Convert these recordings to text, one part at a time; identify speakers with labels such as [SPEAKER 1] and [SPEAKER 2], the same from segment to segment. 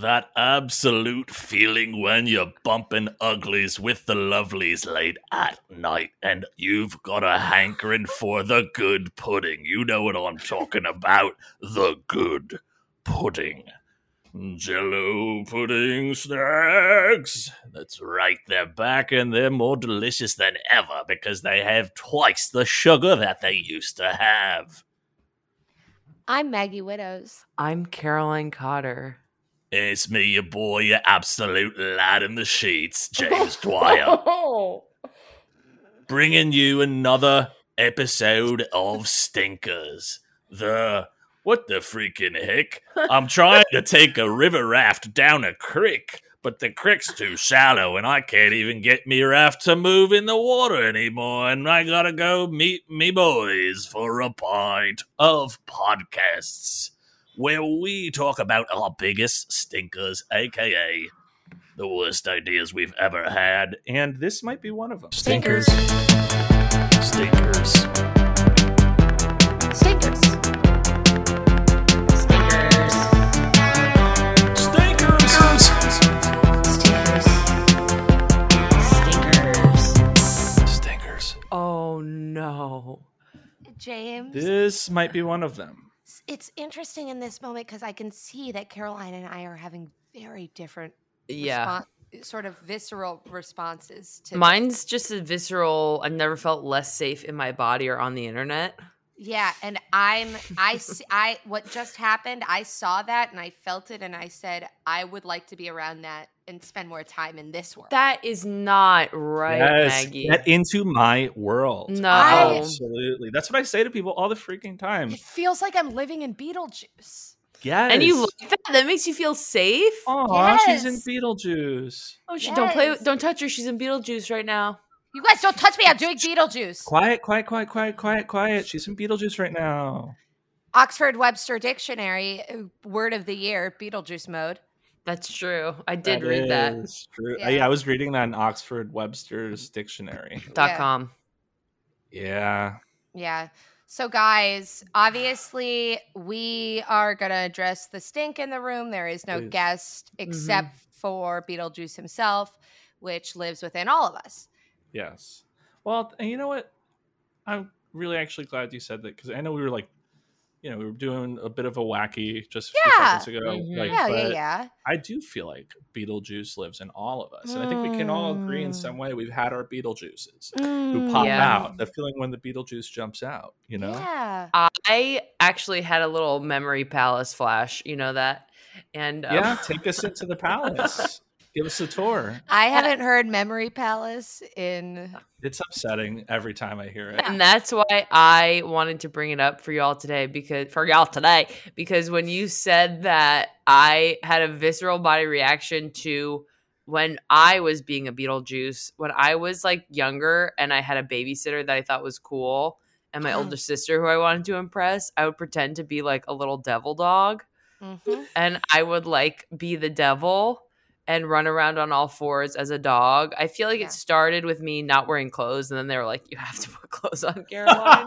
[SPEAKER 1] That absolute feeling when you're bumping uglies with the lovelies late at night and you've got a hankering for the good pudding. You know what I'm talking about. The good pudding. Jello pudding snacks. That's right, they're back and they're more delicious than ever because they have twice the sugar that they used to have.
[SPEAKER 2] I'm Maggie Widows.
[SPEAKER 3] I'm Caroline Cotter.
[SPEAKER 1] It's me, your boy, your absolute lad in the sheets, James Dwyer,
[SPEAKER 2] Oh.
[SPEAKER 1] bringing you another episode of Stinkers. The what the freaking heck? I'm trying to take a river raft down a creek, but the creek's too shallow, and I can't even get me raft to move in the water anymore. And I gotta go meet me boys for a pint of podcasts where we talk about our biggest stinkers, aka the worst ideas we've ever had, and this might be one of them.
[SPEAKER 4] Stinkers.
[SPEAKER 1] Stinkers.
[SPEAKER 4] Stinkers. Stinkers.
[SPEAKER 1] Stinkers.
[SPEAKER 4] Stinkers. Stinkers.
[SPEAKER 1] Stinkers.
[SPEAKER 3] Oh no.
[SPEAKER 2] James.
[SPEAKER 1] This might be one of them.
[SPEAKER 2] s- It's interesting in this moment because I can see that Caroline and I are having very different,
[SPEAKER 3] Yeah.
[SPEAKER 2] respon- sort of visceral responses to.
[SPEAKER 3] Mine's just a visceral, I've never felt less safe in my body or on the internet.
[SPEAKER 2] Yeah, and I'm I s- I what just happened. I saw that and I felt it, and I said I would like to be around that and spend more time in this world.
[SPEAKER 3] That is not right,
[SPEAKER 1] yes,
[SPEAKER 3] Maggie.
[SPEAKER 1] get into my world.
[SPEAKER 3] No.
[SPEAKER 2] I-
[SPEAKER 1] absolutely. That's what I say to people all the freaking time.
[SPEAKER 2] it feels like I'm living in Beetlejuice.
[SPEAKER 1] Yes.
[SPEAKER 3] and you like that? That makes you feel safe? Oh,
[SPEAKER 1] Aw, she's in
[SPEAKER 2] Yes.
[SPEAKER 1] Beetlejuice.
[SPEAKER 3] she don't play with-
[SPEAKER 2] yes.
[SPEAKER 3] don't touch her. She's in Beetlejuice right now.
[SPEAKER 2] You guys don't touch me. I'm doing Beetlejuice.
[SPEAKER 1] Quiet, quiet, quiet, quiet, quiet, quiet. She's in Beetlejuice right now.
[SPEAKER 2] Oxford Webster Dictionary uh, word of the year Beetlejuice mode.
[SPEAKER 3] That's true. I did read that.
[SPEAKER 1] is True. Uh,
[SPEAKER 2] Yeah.
[SPEAKER 1] Yeah. I was reading that in Oxford Webster's dictionary.
[SPEAKER 3] Dot
[SPEAKER 2] Yeah.
[SPEAKER 3] com.
[SPEAKER 1] Yeah.
[SPEAKER 2] Yeah. So, guys, obviously, we are going to address the stink in the room. There is no
[SPEAKER 1] Please. Mm-hmm.
[SPEAKER 2] guest except for Beetlejuice himself, which lives within all of us.
[SPEAKER 1] Yes. Well, th- and you know what? I'm really actually glad you said that because I know we were like, you know, we were doing a bit of a wacky just a few
[SPEAKER 2] Yeah. Mm-hmm.
[SPEAKER 1] seconds ago.
[SPEAKER 3] Mhm.
[SPEAKER 1] Like,
[SPEAKER 2] Yeah, yeah,
[SPEAKER 1] but
[SPEAKER 2] yeah.
[SPEAKER 1] I do feel like Beetlejuice lives in all of us, and I think we can all agree in
[SPEAKER 2] Mm.
[SPEAKER 1] some way we've had our Beetlejuices who
[SPEAKER 5] Mm,
[SPEAKER 1] pop
[SPEAKER 3] Yeah.
[SPEAKER 1] out. The feeling when the Beetlejuice jumps out, you know.
[SPEAKER 2] Yeah.
[SPEAKER 3] I actually had a little memory palace flash. You know that? And um,
[SPEAKER 1] Yeah, take us into the palace. Give us a tour.
[SPEAKER 2] I haven't heard Memory Palace in.
[SPEAKER 1] It's upsetting every time I hear it.
[SPEAKER 3] And that's why I wanted to bring it up for y'all today because for y'all today because when you said that I had a visceral body reaction to when I was being a Beetlejuice when I was like younger and I had a babysitter that I thought was cool and my
[SPEAKER 2] Oh.
[SPEAKER 3] older sister who I wanted to impress I would pretend to be like a little devil dog
[SPEAKER 2] Mhm.
[SPEAKER 3] and I would like be the devil and run around on all fours as a dog. I feel like
[SPEAKER 2] Yeah.
[SPEAKER 3] it started with me not wearing clothes, and then they were like, "You have to put clothes on, Caroline."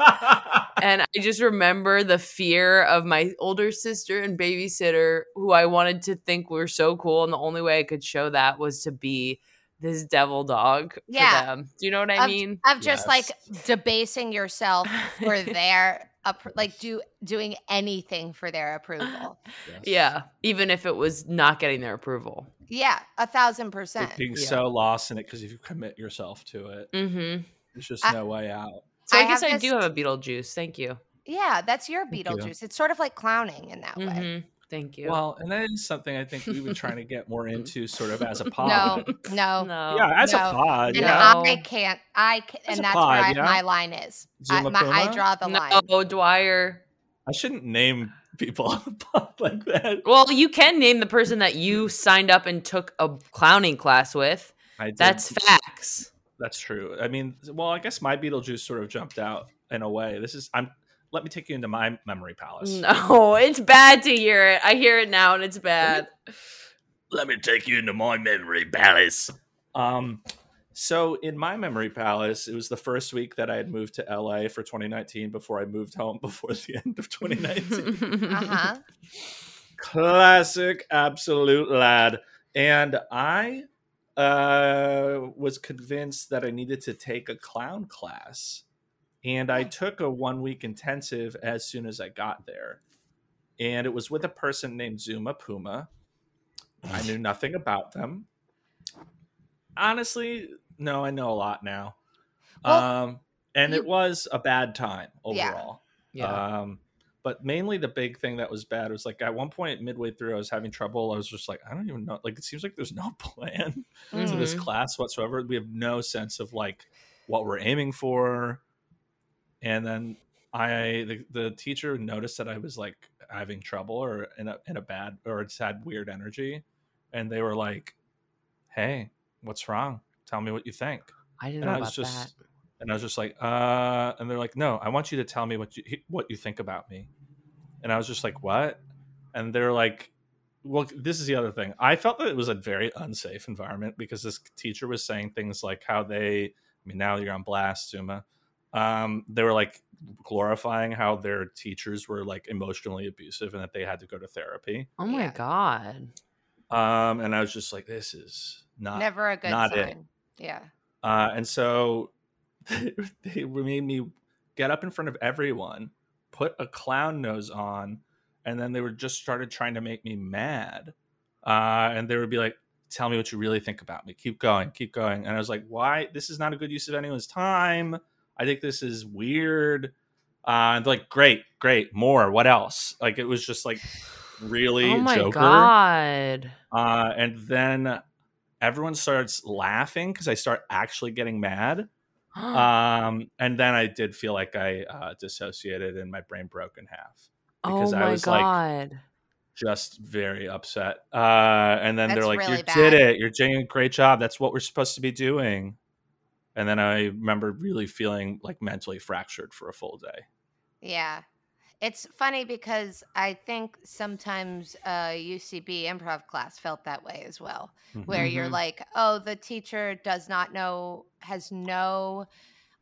[SPEAKER 3] and I just remember the fear of my older sister and babysitter, who I wanted to think were so cool, and the only way I could show that was to be this devil dog
[SPEAKER 2] Yeah.
[SPEAKER 3] for them. Do you know what I
[SPEAKER 2] Um,
[SPEAKER 3] mean?
[SPEAKER 2] Of just like debasing yourself for their, appro- like do doing anything for their approval.
[SPEAKER 3] yeah, even if it was not getting their approval.
[SPEAKER 2] Yeah, a thousand
[SPEAKER 1] Like,
[SPEAKER 2] percent.
[SPEAKER 1] being
[SPEAKER 3] Yeah.
[SPEAKER 1] so lost in it because if you commit yourself to it,
[SPEAKER 3] Mm-hmm.
[SPEAKER 1] there's just
[SPEAKER 2] I-
[SPEAKER 1] no way out.
[SPEAKER 3] So I,
[SPEAKER 2] I
[SPEAKER 3] guess
[SPEAKER 2] have
[SPEAKER 3] I
[SPEAKER 2] this-
[SPEAKER 3] do have a Beetlejuice. Thank you.
[SPEAKER 2] Yeah, that's your
[SPEAKER 1] Thank you.
[SPEAKER 2] Beetlejuice. It's sort of like clowning in that way.
[SPEAKER 3] hmm Thank you.
[SPEAKER 1] Well, and that is something I think we were trying to get more into, sort of as a pod.
[SPEAKER 2] No, no.
[SPEAKER 3] no.
[SPEAKER 1] yeah, as
[SPEAKER 2] no.
[SPEAKER 1] a pod.
[SPEAKER 2] And
[SPEAKER 1] Yeah,
[SPEAKER 2] I can't. I can,
[SPEAKER 1] That's a
[SPEAKER 2] and that's
[SPEAKER 1] pod,
[SPEAKER 2] where I,
[SPEAKER 1] yeah.
[SPEAKER 2] my line is. I, my, I
[SPEAKER 1] Zulapuma?
[SPEAKER 2] draw the line.
[SPEAKER 3] No, Dwyer.
[SPEAKER 1] I shouldn't name people on the pod like that.
[SPEAKER 3] Well, you can name the person that you signed up and took a clowning class with.
[SPEAKER 1] I did-
[SPEAKER 3] That's facts.
[SPEAKER 1] That's true. I mean, well, I guess my Beetlejuice sort of jumped out in a way. This is I'm. Let me take you into my memory palace.
[SPEAKER 3] No, it's bad to hear it. I hear it now and it's bad.
[SPEAKER 1] let me take you into my memory palace. Um, so in my memory palace, it was the first week that I had moved to LA for
[SPEAKER 2] Uh-huh.
[SPEAKER 1] 2019 before I moved home before the end of 2019.
[SPEAKER 2] Uh huh.
[SPEAKER 5] classic absolute lad. And I uh, was convinced that I needed to take a clown class. And
[SPEAKER 2] Hmm.
[SPEAKER 5] I took a one week intensive as soon as I got there. And it was with a person named Zuma Puma. I knew nothing about them. Honestly, no, I know a lot now.
[SPEAKER 2] Well,
[SPEAKER 5] um, and
[SPEAKER 2] you-
[SPEAKER 5] it was a bad time
[SPEAKER 2] Yeah.
[SPEAKER 5] overall.
[SPEAKER 3] Yeah.
[SPEAKER 5] Um, but mainly the big thing that was bad was like at one point midway through I was having trouble. I was just like, I don't even know. Like it seems like there's no plan to this
[SPEAKER 3] Mhm.
[SPEAKER 5] class whatsoever. We have no sense of like what we're aiming for. And then I the, the teacher noticed that I was like having trouble or in a in a bad or just had weird energy. And they were like, Hey, what's wrong? Tell me what you think
[SPEAKER 3] I didn't
[SPEAKER 5] and
[SPEAKER 3] know
[SPEAKER 5] I
[SPEAKER 3] about
[SPEAKER 5] was just
[SPEAKER 3] that.
[SPEAKER 5] and I was just like, uh, and they're like, no, I want you to tell me what you what you think about me, and I was just like, what? And they're like, well, this is the other thing. I felt that it was a very unsafe environment because this teacher was saying things like how they, I mean, now you're on blast, Zuma. Um, they were like glorifying how their teachers were like emotionally abusive and that they had to go to therapy.
[SPEAKER 3] Oh my
[SPEAKER 2] Yeah.
[SPEAKER 3] god.
[SPEAKER 5] Um, and I was just like, this is not
[SPEAKER 2] Never a good
[SPEAKER 5] not it.
[SPEAKER 2] sign. Yeah.
[SPEAKER 5] uh, and so they made me get up in front of everyone, put a clown nose on, and then they were just started trying to make me mad. Uh, and they would be like, "Tell me what you really think about me. Keep going, keep going." And I was like, "Why? This is not a good use of anyone's time. I think this is weird." Uh, and they're like, "Great, great, more. What else?" Like it was just like really
[SPEAKER 3] Oh my
[SPEAKER 5] Joker.
[SPEAKER 3] god.
[SPEAKER 5] Uh, and then everyone starts laughing because I start actually getting mad. Um, and then I did feel like I uh, dissociated and my brain broke in half
[SPEAKER 3] oh
[SPEAKER 5] because I
[SPEAKER 3] my
[SPEAKER 5] was like-
[SPEAKER 3] god.
[SPEAKER 5] just very upset. Uh, and then
[SPEAKER 2] That's
[SPEAKER 5] they're like,
[SPEAKER 2] really
[SPEAKER 5] "You
[SPEAKER 2] bad.
[SPEAKER 5] did it. You're doing a great job. That's what we're supposed to be doing." And then I remember really feeling like mentally fractured for a full day.
[SPEAKER 2] Yeah. It's funny because I think sometimes uh, UCB improv class felt that way as well,
[SPEAKER 5] Mm-hmm.
[SPEAKER 2] where you're
[SPEAKER 3] Mhm.
[SPEAKER 2] like, oh, the teacher does not know, has no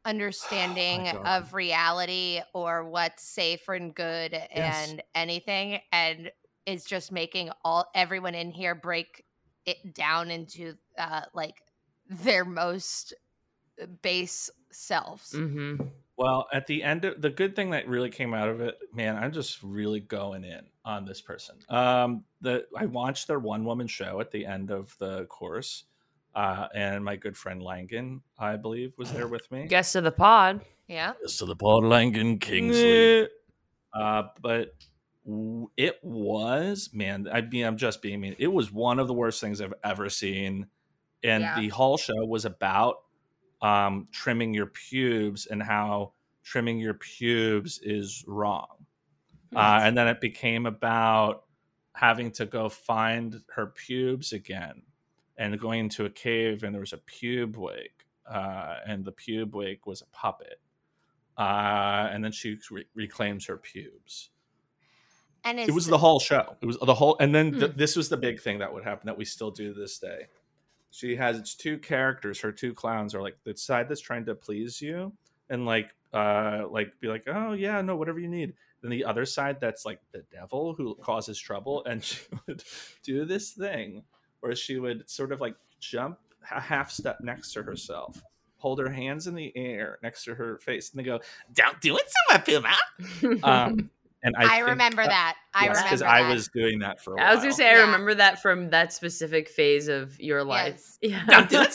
[SPEAKER 2] understanding
[SPEAKER 5] God.
[SPEAKER 2] of reality or what's safe and good
[SPEAKER 5] Yes.
[SPEAKER 2] and anything, and is just making all everyone in here break it down into uh, like their most uh, base selves.
[SPEAKER 5] Mm.
[SPEAKER 3] hmm
[SPEAKER 5] Well, at the end of the good thing that really came out of it, man, I'm just really going in on this person. Um, the I watched their one woman show at the end of the course, uh, and my good friend Langan, I believe, was there with me.
[SPEAKER 3] Guest of the pod.
[SPEAKER 2] Yeah.
[SPEAKER 5] So the Paul Langan
[SPEAKER 3] Kingsley.
[SPEAKER 5] Uh, but w- it was man. I mean, I'm just being mean. It was one of the worst things I've ever seen, and
[SPEAKER 2] Yeah.
[SPEAKER 5] the whole show was about um, trimming your pubes and how trimming your pubes is wrong. Uh, and then it became about having to go find her pubes again and going into a cave, and there was a pube wig, uh, and the pube wig was a puppet. Uh, and then she re- reclaims her pubes.
[SPEAKER 2] And
[SPEAKER 5] It
[SPEAKER 2] it's
[SPEAKER 5] was the whole show. It was the whole, and then th-
[SPEAKER 3] Hmm.
[SPEAKER 5] this was the big thing that would happen that we still do to this day. She has its two characters. Her two clowns are like the side that's trying to please you and like, uh, like be like, oh yeah, no, whatever you need. Then the other side that's like the devil who causes trouble, and she would do this thing where she would sort of like jump a half step next to herself, hold her hands in the air next to her face, and they go, "Don't do it, Suma Puma." Um, and I,
[SPEAKER 2] I,
[SPEAKER 5] think-
[SPEAKER 2] remember that. I remember
[SPEAKER 5] because
[SPEAKER 2] that.
[SPEAKER 5] I was doing that for a while.
[SPEAKER 3] I was gonna say I
[SPEAKER 2] Yeah.
[SPEAKER 3] remember that from that specific phase of your life. Yeah.
[SPEAKER 2] Don't do it,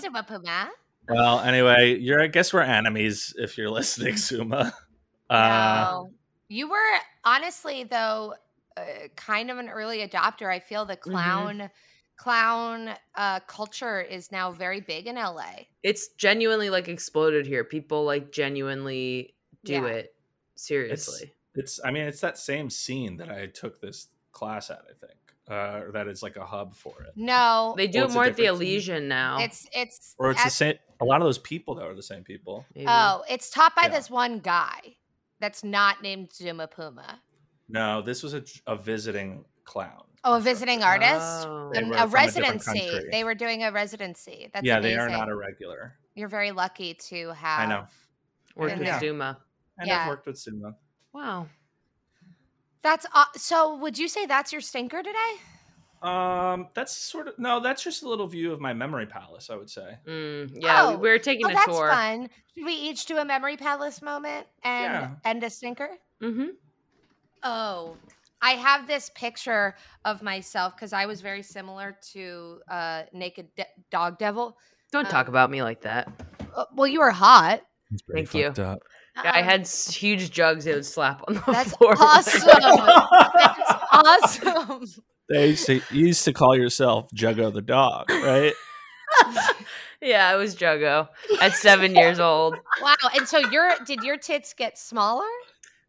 [SPEAKER 2] Suma Puma.
[SPEAKER 5] Well, anyway, you're. I guess we're enemies if you're listening, Suma. Uh,
[SPEAKER 2] no. You were honestly though uh, kind of an early adopter. I feel the
[SPEAKER 5] Mm-hmm.
[SPEAKER 2] clown clown uh, culture is now very big in LA.
[SPEAKER 3] It's genuinely like exploded here. People like genuinely do
[SPEAKER 2] Yeah.
[SPEAKER 3] it seriously.
[SPEAKER 5] It's. I mean, it's that same scene that I took this class at. I think uh, or that is like a hub for it,
[SPEAKER 2] No.
[SPEAKER 3] They do it
[SPEAKER 5] Well, it's a
[SPEAKER 3] more at the
[SPEAKER 5] different scene.
[SPEAKER 3] Elysian now.
[SPEAKER 2] it's it's
[SPEAKER 5] or it's the
[SPEAKER 2] at-
[SPEAKER 5] same. A lot of those people that are the same people.
[SPEAKER 3] maybe.
[SPEAKER 2] Oh, it's taught by
[SPEAKER 5] Yeah.
[SPEAKER 2] this one guy that's not named Zuma Puma.
[SPEAKER 5] No, this was a, a visiting clown.
[SPEAKER 2] Oh, a
[SPEAKER 5] instructor.
[SPEAKER 2] visiting artist.
[SPEAKER 3] Oh.
[SPEAKER 5] They
[SPEAKER 2] Um, a
[SPEAKER 5] were from a different
[SPEAKER 2] residency.
[SPEAKER 5] country.
[SPEAKER 2] they were doing a residency. That's
[SPEAKER 5] yeah,
[SPEAKER 2] amazing.
[SPEAKER 5] they are not a regular.
[SPEAKER 2] You're very lucky to have
[SPEAKER 5] I know.
[SPEAKER 3] Worked with
[SPEAKER 5] Yeah.
[SPEAKER 3] Zuma.
[SPEAKER 5] And
[SPEAKER 2] Yeah.
[SPEAKER 5] I've worked with Suma.
[SPEAKER 3] Wow.
[SPEAKER 2] That's uh, so. Would you say that's your stinker today?
[SPEAKER 5] Um, that's sort of no. That's just a little view of my memory palace. I would say.
[SPEAKER 3] Mm, yeah, we-
[SPEAKER 2] Oh,
[SPEAKER 3] we were taking
[SPEAKER 2] Oh,
[SPEAKER 3] a
[SPEAKER 2] that's
[SPEAKER 3] tour.
[SPEAKER 2] fun. Should we each do a memory palace moment and
[SPEAKER 5] Yeah.
[SPEAKER 2] and a stinker?
[SPEAKER 3] hmm
[SPEAKER 2] Oh, I have this picture of myself because I was very similar to uh, Naked De- Dog Devil.
[SPEAKER 3] Don't
[SPEAKER 2] Oh.
[SPEAKER 3] talk about me like that.
[SPEAKER 2] Uh, well, you were hot.
[SPEAKER 6] He's pretty
[SPEAKER 3] Thank you.
[SPEAKER 6] fucked Up.
[SPEAKER 3] Yeah, I had s- huge jugs it would slap on the
[SPEAKER 2] Um, That's
[SPEAKER 3] floor.
[SPEAKER 2] awesome. That's awesome.
[SPEAKER 6] They used to, you used to call yourself Juggo the dog, right?
[SPEAKER 3] yeah, I was Juggo at seven years old.
[SPEAKER 2] Wow. And so your did your tits get smaller?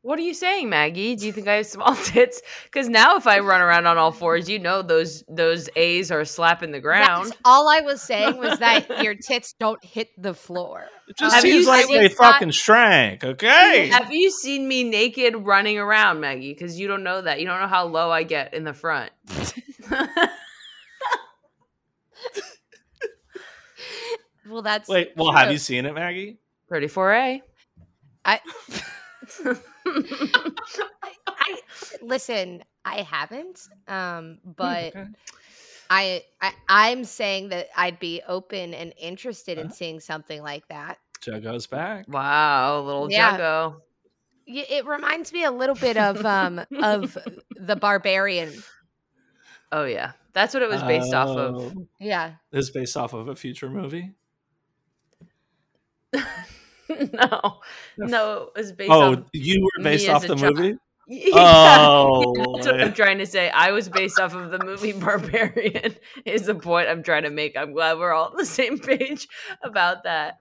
[SPEAKER 3] What are you saying, Maggie? Do you think I have small tits? Because now, if I run around on all fours, you know those those A's are slapping the ground.
[SPEAKER 2] That's all I was saying was that your tits don't hit the floor.
[SPEAKER 6] It just
[SPEAKER 3] Have
[SPEAKER 6] seems
[SPEAKER 3] you
[SPEAKER 6] like
[SPEAKER 3] seen-
[SPEAKER 6] they
[SPEAKER 2] It's not-
[SPEAKER 6] fucking shrank, okay?
[SPEAKER 3] Have you seen me naked running around, Maggie? Because you don't know that. You don't know how low I get in the front.
[SPEAKER 2] Well, that's
[SPEAKER 5] Wait, well, have
[SPEAKER 2] true.
[SPEAKER 5] you seen it, Maggie?
[SPEAKER 3] Thirty-four A.
[SPEAKER 2] I- I listen. I haven't, um, but
[SPEAKER 5] okay.
[SPEAKER 2] I, I I'm saying that I'd be open and interested in seeing something like that.
[SPEAKER 5] Juggo's back.
[SPEAKER 3] wow, little
[SPEAKER 2] Yeah.
[SPEAKER 3] Juggo.
[SPEAKER 2] Y- It reminds me a little bit of um of the barbarian.
[SPEAKER 3] Oh yeah, that's what it was based off of.
[SPEAKER 5] Oh,
[SPEAKER 2] Yeah,
[SPEAKER 5] This is based off of a future movie.
[SPEAKER 3] no,
[SPEAKER 2] Oh.
[SPEAKER 3] no, it was based.
[SPEAKER 6] oh,
[SPEAKER 3] off-
[SPEAKER 6] you were
[SPEAKER 3] me
[SPEAKER 6] based
[SPEAKER 3] as
[SPEAKER 6] off
[SPEAKER 3] a
[SPEAKER 6] the
[SPEAKER 3] child.
[SPEAKER 6] movie?
[SPEAKER 3] Yeah,
[SPEAKER 6] Oh,
[SPEAKER 3] yeah, that's what I'm trying to say. I was based off of the movie Barbarian. Is the point I'm trying to make? I'm glad we're all on the same page about that.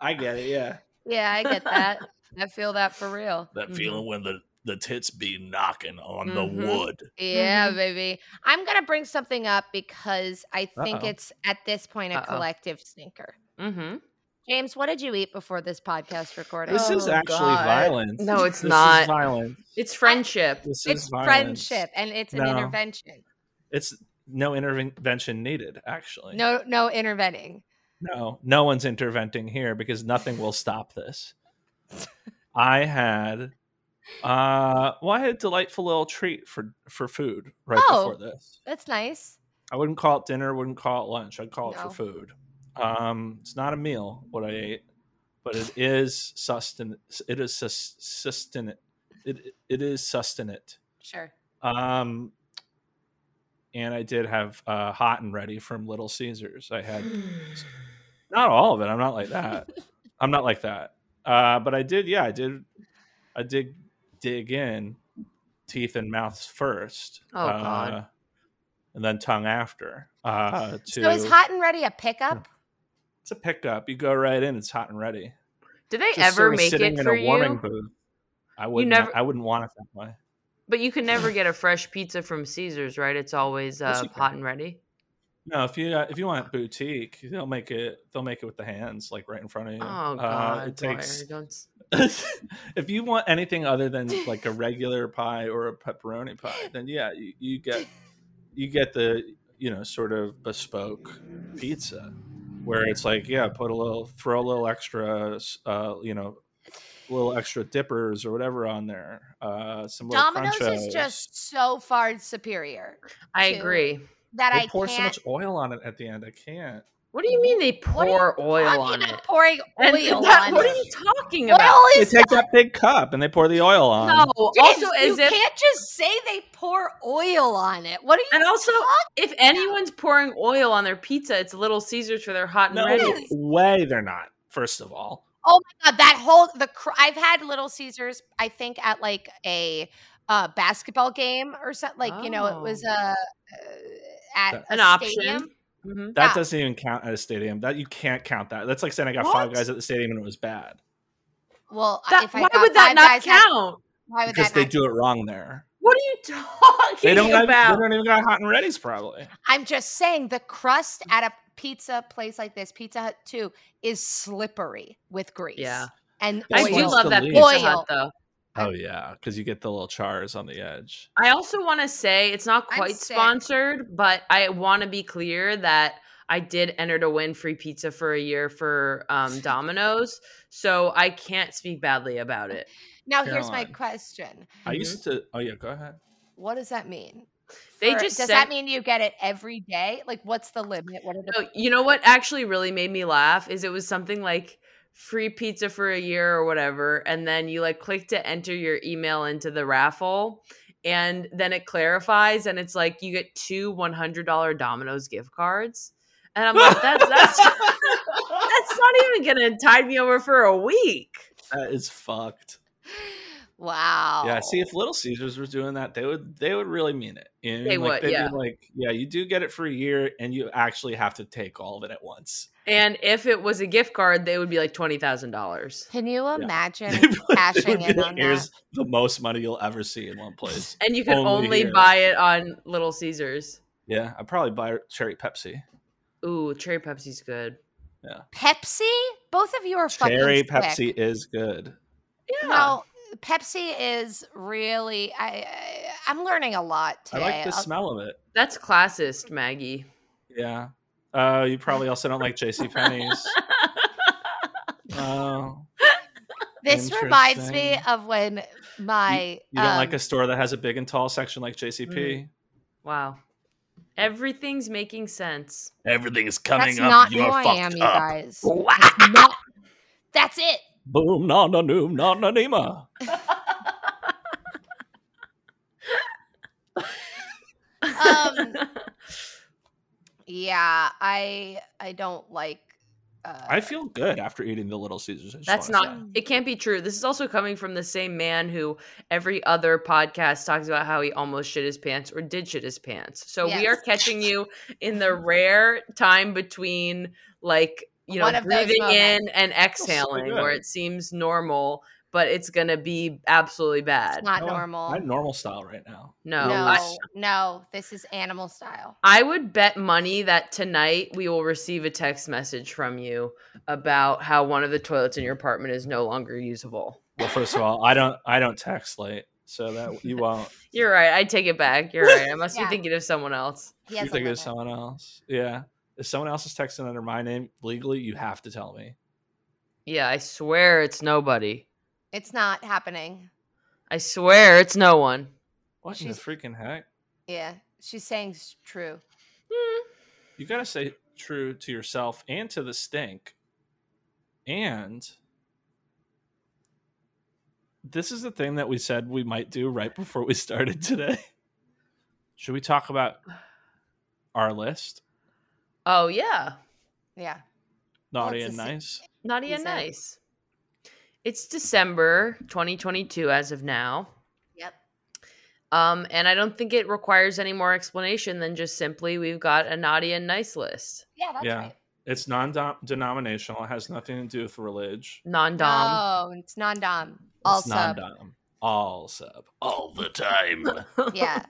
[SPEAKER 5] I get it. Yeah.
[SPEAKER 2] yeah, I get that. I feel that for real.
[SPEAKER 1] That
[SPEAKER 3] Mhm.
[SPEAKER 1] feeling when the the tits be knocking on
[SPEAKER 3] Mhm.
[SPEAKER 2] Mm-hmm.
[SPEAKER 1] the wood.
[SPEAKER 2] Yeah, baby. I'm gonna bring something up because I think
[SPEAKER 6] Uh-oh.
[SPEAKER 2] it's at this point a
[SPEAKER 3] Uh-oh.
[SPEAKER 2] collective stinker.
[SPEAKER 3] Mm-hmm.
[SPEAKER 2] James, what did you eat before this podcast recording?
[SPEAKER 5] This is
[SPEAKER 3] Oh,
[SPEAKER 5] actually
[SPEAKER 3] God.
[SPEAKER 5] violence.
[SPEAKER 3] No, it's
[SPEAKER 5] This is
[SPEAKER 3] not.
[SPEAKER 5] violence.
[SPEAKER 3] It's friendship.
[SPEAKER 5] This
[SPEAKER 2] it's
[SPEAKER 5] is violence.
[SPEAKER 2] friendship and it's an
[SPEAKER 5] No.
[SPEAKER 2] intervention.
[SPEAKER 5] It's no intervention needed. Actually,
[SPEAKER 2] No, no intervening.
[SPEAKER 5] no, no one's interventing here because nothing will stop this. I had, uh, well, I had a delightful little treat for for food right
[SPEAKER 2] Oh.
[SPEAKER 5] before this.
[SPEAKER 2] That's nice.
[SPEAKER 5] I wouldn't call it dinner. Wouldn't call it lunch. I'd call it
[SPEAKER 2] No.
[SPEAKER 5] for food. Um, it's not a meal what I ate, but it is sustenance. It is sus- sustenance. It it is sustenance.
[SPEAKER 2] Sure.
[SPEAKER 5] Um, and I did have uh, hot and ready from Little Caesars. I had not all of it. I'm not like that. I'm not like that. Uh, but I did. Yeah, I did. I did dig in, teeth and mouths first.
[SPEAKER 3] Oh, God.
[SPEAKER 5] uh, And then tongue after. Uh, to,
[SPEAKER 2] So is hot and ready a pickup?
[SPEAKER 5] It's a pickup. You go right in. It's hot and ready.
[SPEAKER 3] Do they
[SPEAKER 5] Just sort
[SPEAKER 3] ever
[SPEAKER 5] of
[SPEAKER 3] make
[SPEAKER 5] sitting
[SPEAKER 3] it
[SPEAKER 5] in
[SPEAKER 3] for
[SPEAKER 5] a warming
[SPEAKER 3] you?
[SPEAKER 5] booth. I wouldn't.
[SPEAKER 3] never-
[SPEAKER 5] I wouldn't want it that way.
[SPEAKER 3] But you can never get a fresh pizza from Caesar's, right? It's always
[SPEAKER 5] Yes,
[SPEAKER 3] uh,
[SPEAKER 5] you can.
[SPEAKER 3] hot and ready.
[SPEAKER 5] No, if you uh, if you want boutique, they'll make it. They'll make it with the hands, like right in front of you.
[SPEAKER 3] Oh
[SPEAKER 5] Uh,
[SPEAKER 3] God,
[SPEAKER 5] it takes.
[SPEAKER 3] Dwyer, don't. s-
[SPEAKER 5] if you want anything other than like a regular pie or a pepperoni pie, then yeah, you, you get you get the you know sort of bespoke pizza, where it's like yeah, put a little, throw a little extra, uh, you know, little extra dippers or whatever on there. Uh, some little
[SPEAKER 2] Domino's
[SPEAKER 5] crunchos.
[SPEAKER 2] is just so far superior
[SPEAKER 3] I
[SPEAKER 2] Two.
[SPEAKER 3] agree.
[SPEAKER 2] that
[SPEAKER 5] They
[SPEAKER 2] I
[SPEAKER 5] pour
[SPEAKER 2] can't.
[SPEAKER 5] so much oil on it at the end. I can't.
[SPEAKER 3] What do you mean they
[SPEAKER 2] What are you
[SPEAKER 3] pour oil
[SPEAKER 2] talking
[SPEAKER 3] on
[SPEAKER 2] about
[SPEAKER 3] it?
[SPEAKER 2] pouring
[SPEAKER 3] And
[SPEAKER 2] oil
[SPEAKER 3] that-
[SPEAKER 2] on
[SPEAKER 3] what
[SPEAKER 2] it?
[SPEAKER 3] are you talking about?
[SPEAKER 2] Oil
[SPEAKER 5] They
[SPEAKER 2] is
[SPEAKER 5] take that big cup and they pour the oil on.
[SPEAKER 3] No, also
[SPEAKER 2] James,
[SPEAKER 3] as
[SPEAKER 2] you
[SPEAKER 3] if
[SPEAKER 2] can't just say they pour oil on it. What are you?
[SPEAKER 3] And also,
[SPEAKER 2] talking
[SPEAKER 3] if anyone's pouring oil on their pizza, it's Little Caesars for their hot and
[SPEAKER 5] No
[SPEAKER 3] ready.
[SPEAKER 5] way they're not. First of all,
[SPEAKER 2] Oh my god, that whole the cr- I've had Little Caesars. I think at like a uh, basketball game or something. Like you know, it was
[SPEAKER 3] Oh.
[SPEAKER 2] a uh, at
[SPEAKER 5] That-
[SPEAKER 2] a
[SPEAKER 3] An option.
[SPEAKER 2] stadium. Uh,
[SPEAKER 3] Mhm.
[SPEAKER 5] that
[SPEAKER 2] Yeah.
[SPEAKER 5] doesn't even count at a stadium. That you can't count that. That's like saying I got five
[SPEAKER 3] What?
[SPEAKER 5] guys at the stadium and it was bad
[SPEAKER 2] Well,
[SPEAKER 3] That-
[SPEAKER 2] if I
[SPEAKER 3] why
[SPEAKER 2] got
[SPEAKER 3] would that
[SPEAKER 2] five
[SPEAKER 3] not
[SPEAKER 2] guys at-
[SPEAKER 3] count?
[SPEAKER 2] why would
[SPEAKER 5] because
[SPEAKER 2] that
[SPEAKER 5] they
[SPEAKER 2] not?
[SPEAKER 5] do it wrong there.
[SPEAKER 3] What are you talking
[SPEAKER 5] They don't. Have,
[SPEAKER 3] about?
[SPEAKER 5] they don't even got hot and ready's probably.
[SPEAKER 2] I'm just saying the crust
[SPEAKER 5] Mm.
[SPEAKER 2] at a pizza place like this, Pizza Hut too, is slippery with grease.
[SPEAKER 3] Yeah.
[SPEAKER 2] and
[SPEAKER 5] That's
[SPEAKER 3] I
[SPEAKER 5] what
[SPEAKER 3] do
[SPEAKER 5] it's
[SPEAKER 2] oil.
[SPEAKER 3] love
[SPEAKER 5] the
[SPEAKER 3] that
[SPEAKER 5] least.
[SPEAKER 3] pizza hut
[SPEAKER 2] Oil.
[SPEAKER 3] though.
[SPEAKER 5] Oh yeah, because you get the little chars on the edge.
[SPEAKER 3] I also want to say it's not
[SPEAKER 2] I'm
[SPEAKER 3] quite
[SPEAKER 2] sick.
[SPEAKER 3] sponsored, but I want to be clear that I did enter to win free pizza for a year for um, Domino's, so I can't speak badly about it.
[SPEAKER 2] Now here's my
[SPEAKER 5] Caroline.
[SPEAKER 2] question.
[SPEAKER 5] I used to. Oh yeah, go ahead.
[SPEAKER 2] What does that mean?
[SPEAKER 3] They
[SPEAKER 2] For-
[SPEAKER 3] just
[SPEAKER 2] does
[SPEAKER 3] sent-
[SPEAKER 2] that mean you get it every day? Like, what's the limit? What are the
[SPEAKER 3] No, you know what actually really made me laugh is it was something like free pizza for a year or whatever, and then you like click to enter your email into the raffle, and then it clarifies and it's like you get two one hundred dollar Domino's gift cards, and I'm like that's that's that's not even gonna tide me over for a week.
[SPEAKER 5] That is fucked.
[SPEAKER 2] wow?
[SPEAKER 5] Yeah. See, if Little Caesars was doing that, they would they would really mean it. You know,
[SPEAKER 3] They
[SPEAKER 5] like,
[SPEAKER 3] would,
[SPEAKER 5] they'd be
[SPEAKER 3] yeah.
[SPEAKER 5] Like, yeah, you do get it for a year, and you actually have to take all of it at once.
[SPEAKER 3] And if it was a gift card, they would be like twenty thousand dollars.
[SPEAKER 2] Can you imagine
[SPEAKER 5] They would- they would
[SPEAKER 2] cashing
[SPEAKER 5] be
[SPEAKER 2] in
[SPEAKER 5] like,
[SPEAKER 2] on
[SPEAKER 5] Here's
[SPEAKER 2] that?
[SPEAKER 5] the most money you'll ever see in one place.
[SPEAKER 3] And you could
[SPEAKER 5] Only
[SPEAKER 3] only
[SPEAKER 5] here.
[SPEAKER 3] buy it on Little Caesars.
[SPEAKER 5] Yeah, I'd probably buy cherry Pepsi.
[SPEAKER 3] Ooh, cherry Pepsi's good.
[SPEAKER 2] Pepsi? Both of you are fucking
[SPEAKER 5] Cherry
[SPEAKER 2] sick.
[SPEAKER 5] Pepsi is good.
[SPEAKER 3] Yeah.
[SPEAKER 2] No, Pepsi is really. I, I I'm learning a lot
[SPEAKER 5] I
[SPEAKER 2] today.
[SPEAKER 5] like the
[SPEAKER 2] I'll-
[SPEAKER 5] smell of it.
[SPEAKER 3] That's classist, Maggie.
[SPEAKER 5] Yeah. Uh, you probably also don't like J.C. Penney's. Oh,
[SPEAKER 2] this reminds me
[SPEAKER 5] Interesting.
[SPEAKER 2] of when my
[SPEAKER 5] you don't like
[SPEAKER 2] um,
[SPEAKER 5] a store that has a big and tall section like JCP.
[SPEAKER 3] wow. Everything's making sense.
[SPEAKER 1] Everything's
[SPEAKER 2] That's
[SPEAKER 1] coming up.
[SPEAKER 2] not who
[SPEAKER 1] You're
[SPEAKER 2] I
[SPEAKER 1] fucked
[SPEAKER 2] am, you
[SPEAKER 1] up.
[SPEAKER 2] guys. That's not- that's it.
[SPEAKER 6] Boom, na na noom, na na nima.
[SPEAKER 2] Um, Yeah, I I don't like. Uh,
[SPEAKER 5] I feel good after eating the Little Caesars. I just
[SPEAKER 3] That's
[SPEAKER 5] wanna
[SPEAKER 3] not,
[SPEAKER 5] say.
[SPEAKER 3] it can't be true. This is also coming from the same man who every other podcast talks about how he almost shit his pants or did shit his pants. So we are
[SPEAKER 2] Yes.
[SPEAKER 3] catching you in the rare time between, like, you know,
[SPEAKER 2] One of those
[SPEAKER 3] breathing in
[SPEAKER 2] moments.
[SPEAKER 3] and exhaling where
[SPEAKER 5] good.
[SPEAKER 3] it seems normal, but it's going to be absolutely bad.
[SPEAKER 2] it's not
[SPEAKER 5] Oh,
[SPEAKER 2] normal.
[SPEAKER 5] I'm normal style right now.
[SPEAKER 3] no,
[SPEAKER 2] no,
[SPEAKER 3] I-
[SPEAKER 2] no, this is animal style.
[SPEAKER 3] I would bet money that tonight we will receive a text message from you about how one of the toilets in your apartment is no longer usable.
[SPEAKER 5] Well, first of all, I don't I don't text late, so that you won't.
[SPEAKER 3] You're right. I take it back. You're right. I must
[SPEAKER 2] Yeah.
[SPEAKER 3] be thinking of someone else.
[SPEAKER 2] He
[SPEAKER 5] You
[SPEAKER 2] has a
[SPEAKER 5] think it's
[SPEAKER 2] limit.
[SPEAKER 5] someone else? Yeah. If someone else is texting under my name legally, you have to tell me.
[SPEAKER 3] Yeah, I swear it's nobody.
[SPEAKER 2] It's not happening.
[SPEAKER 3] I swear it's no one.
[SPEAKER 5] What in
[SPEAKER 2] She's-
[SPEAKER 5] the freaking heck?
[SPEAKER 2] Yeah, she's saying it's true.
[SPEAKER 3] Hmm.
[SPEAKER 5] You gotta say true to yourself and to the stink. And this is the thing that we said we might do right before we started today. Should we talk about our list?
[SPEAKER 3] Oh yeah,
[SPEAKER 2] Yeah.
[SPEAKER 5] Naughty
[SPEAKER 2] Well, it's
[SPEAKER 5] and
[SPEAKER 2] a se-
[SPEAKER 5] nice.
[SPEAKER 3] not
[SPEAKER 2] He's
[SPEAKER 3] even
[SPEAKER 2] in.
[SPEAKER 3] nice. It's December 2022 as of now.
[SPEAKER 2] Yep.
[SPEAKER 3] Um, and I don't think it requires any more explanation than just simply we've got a naughty and nice list.
[SPEAKER 2] Yeah, that's
[SPEAKER 5] Yeah.
[SPEAKER 2] right.
[SPEAKER 5] It's non-denominational. It has nothing to do with religion.
[SPEAKER 3] Non-dom.
[SPEAKER 2] No, it's non-dom.
[SPEAKER 5] It's
[SPEAKER 2] Also,
[SPEAKER 5] non-dom. All sub.
[SPEAKER 1] all the time.
[SPEAKER 2] yeah,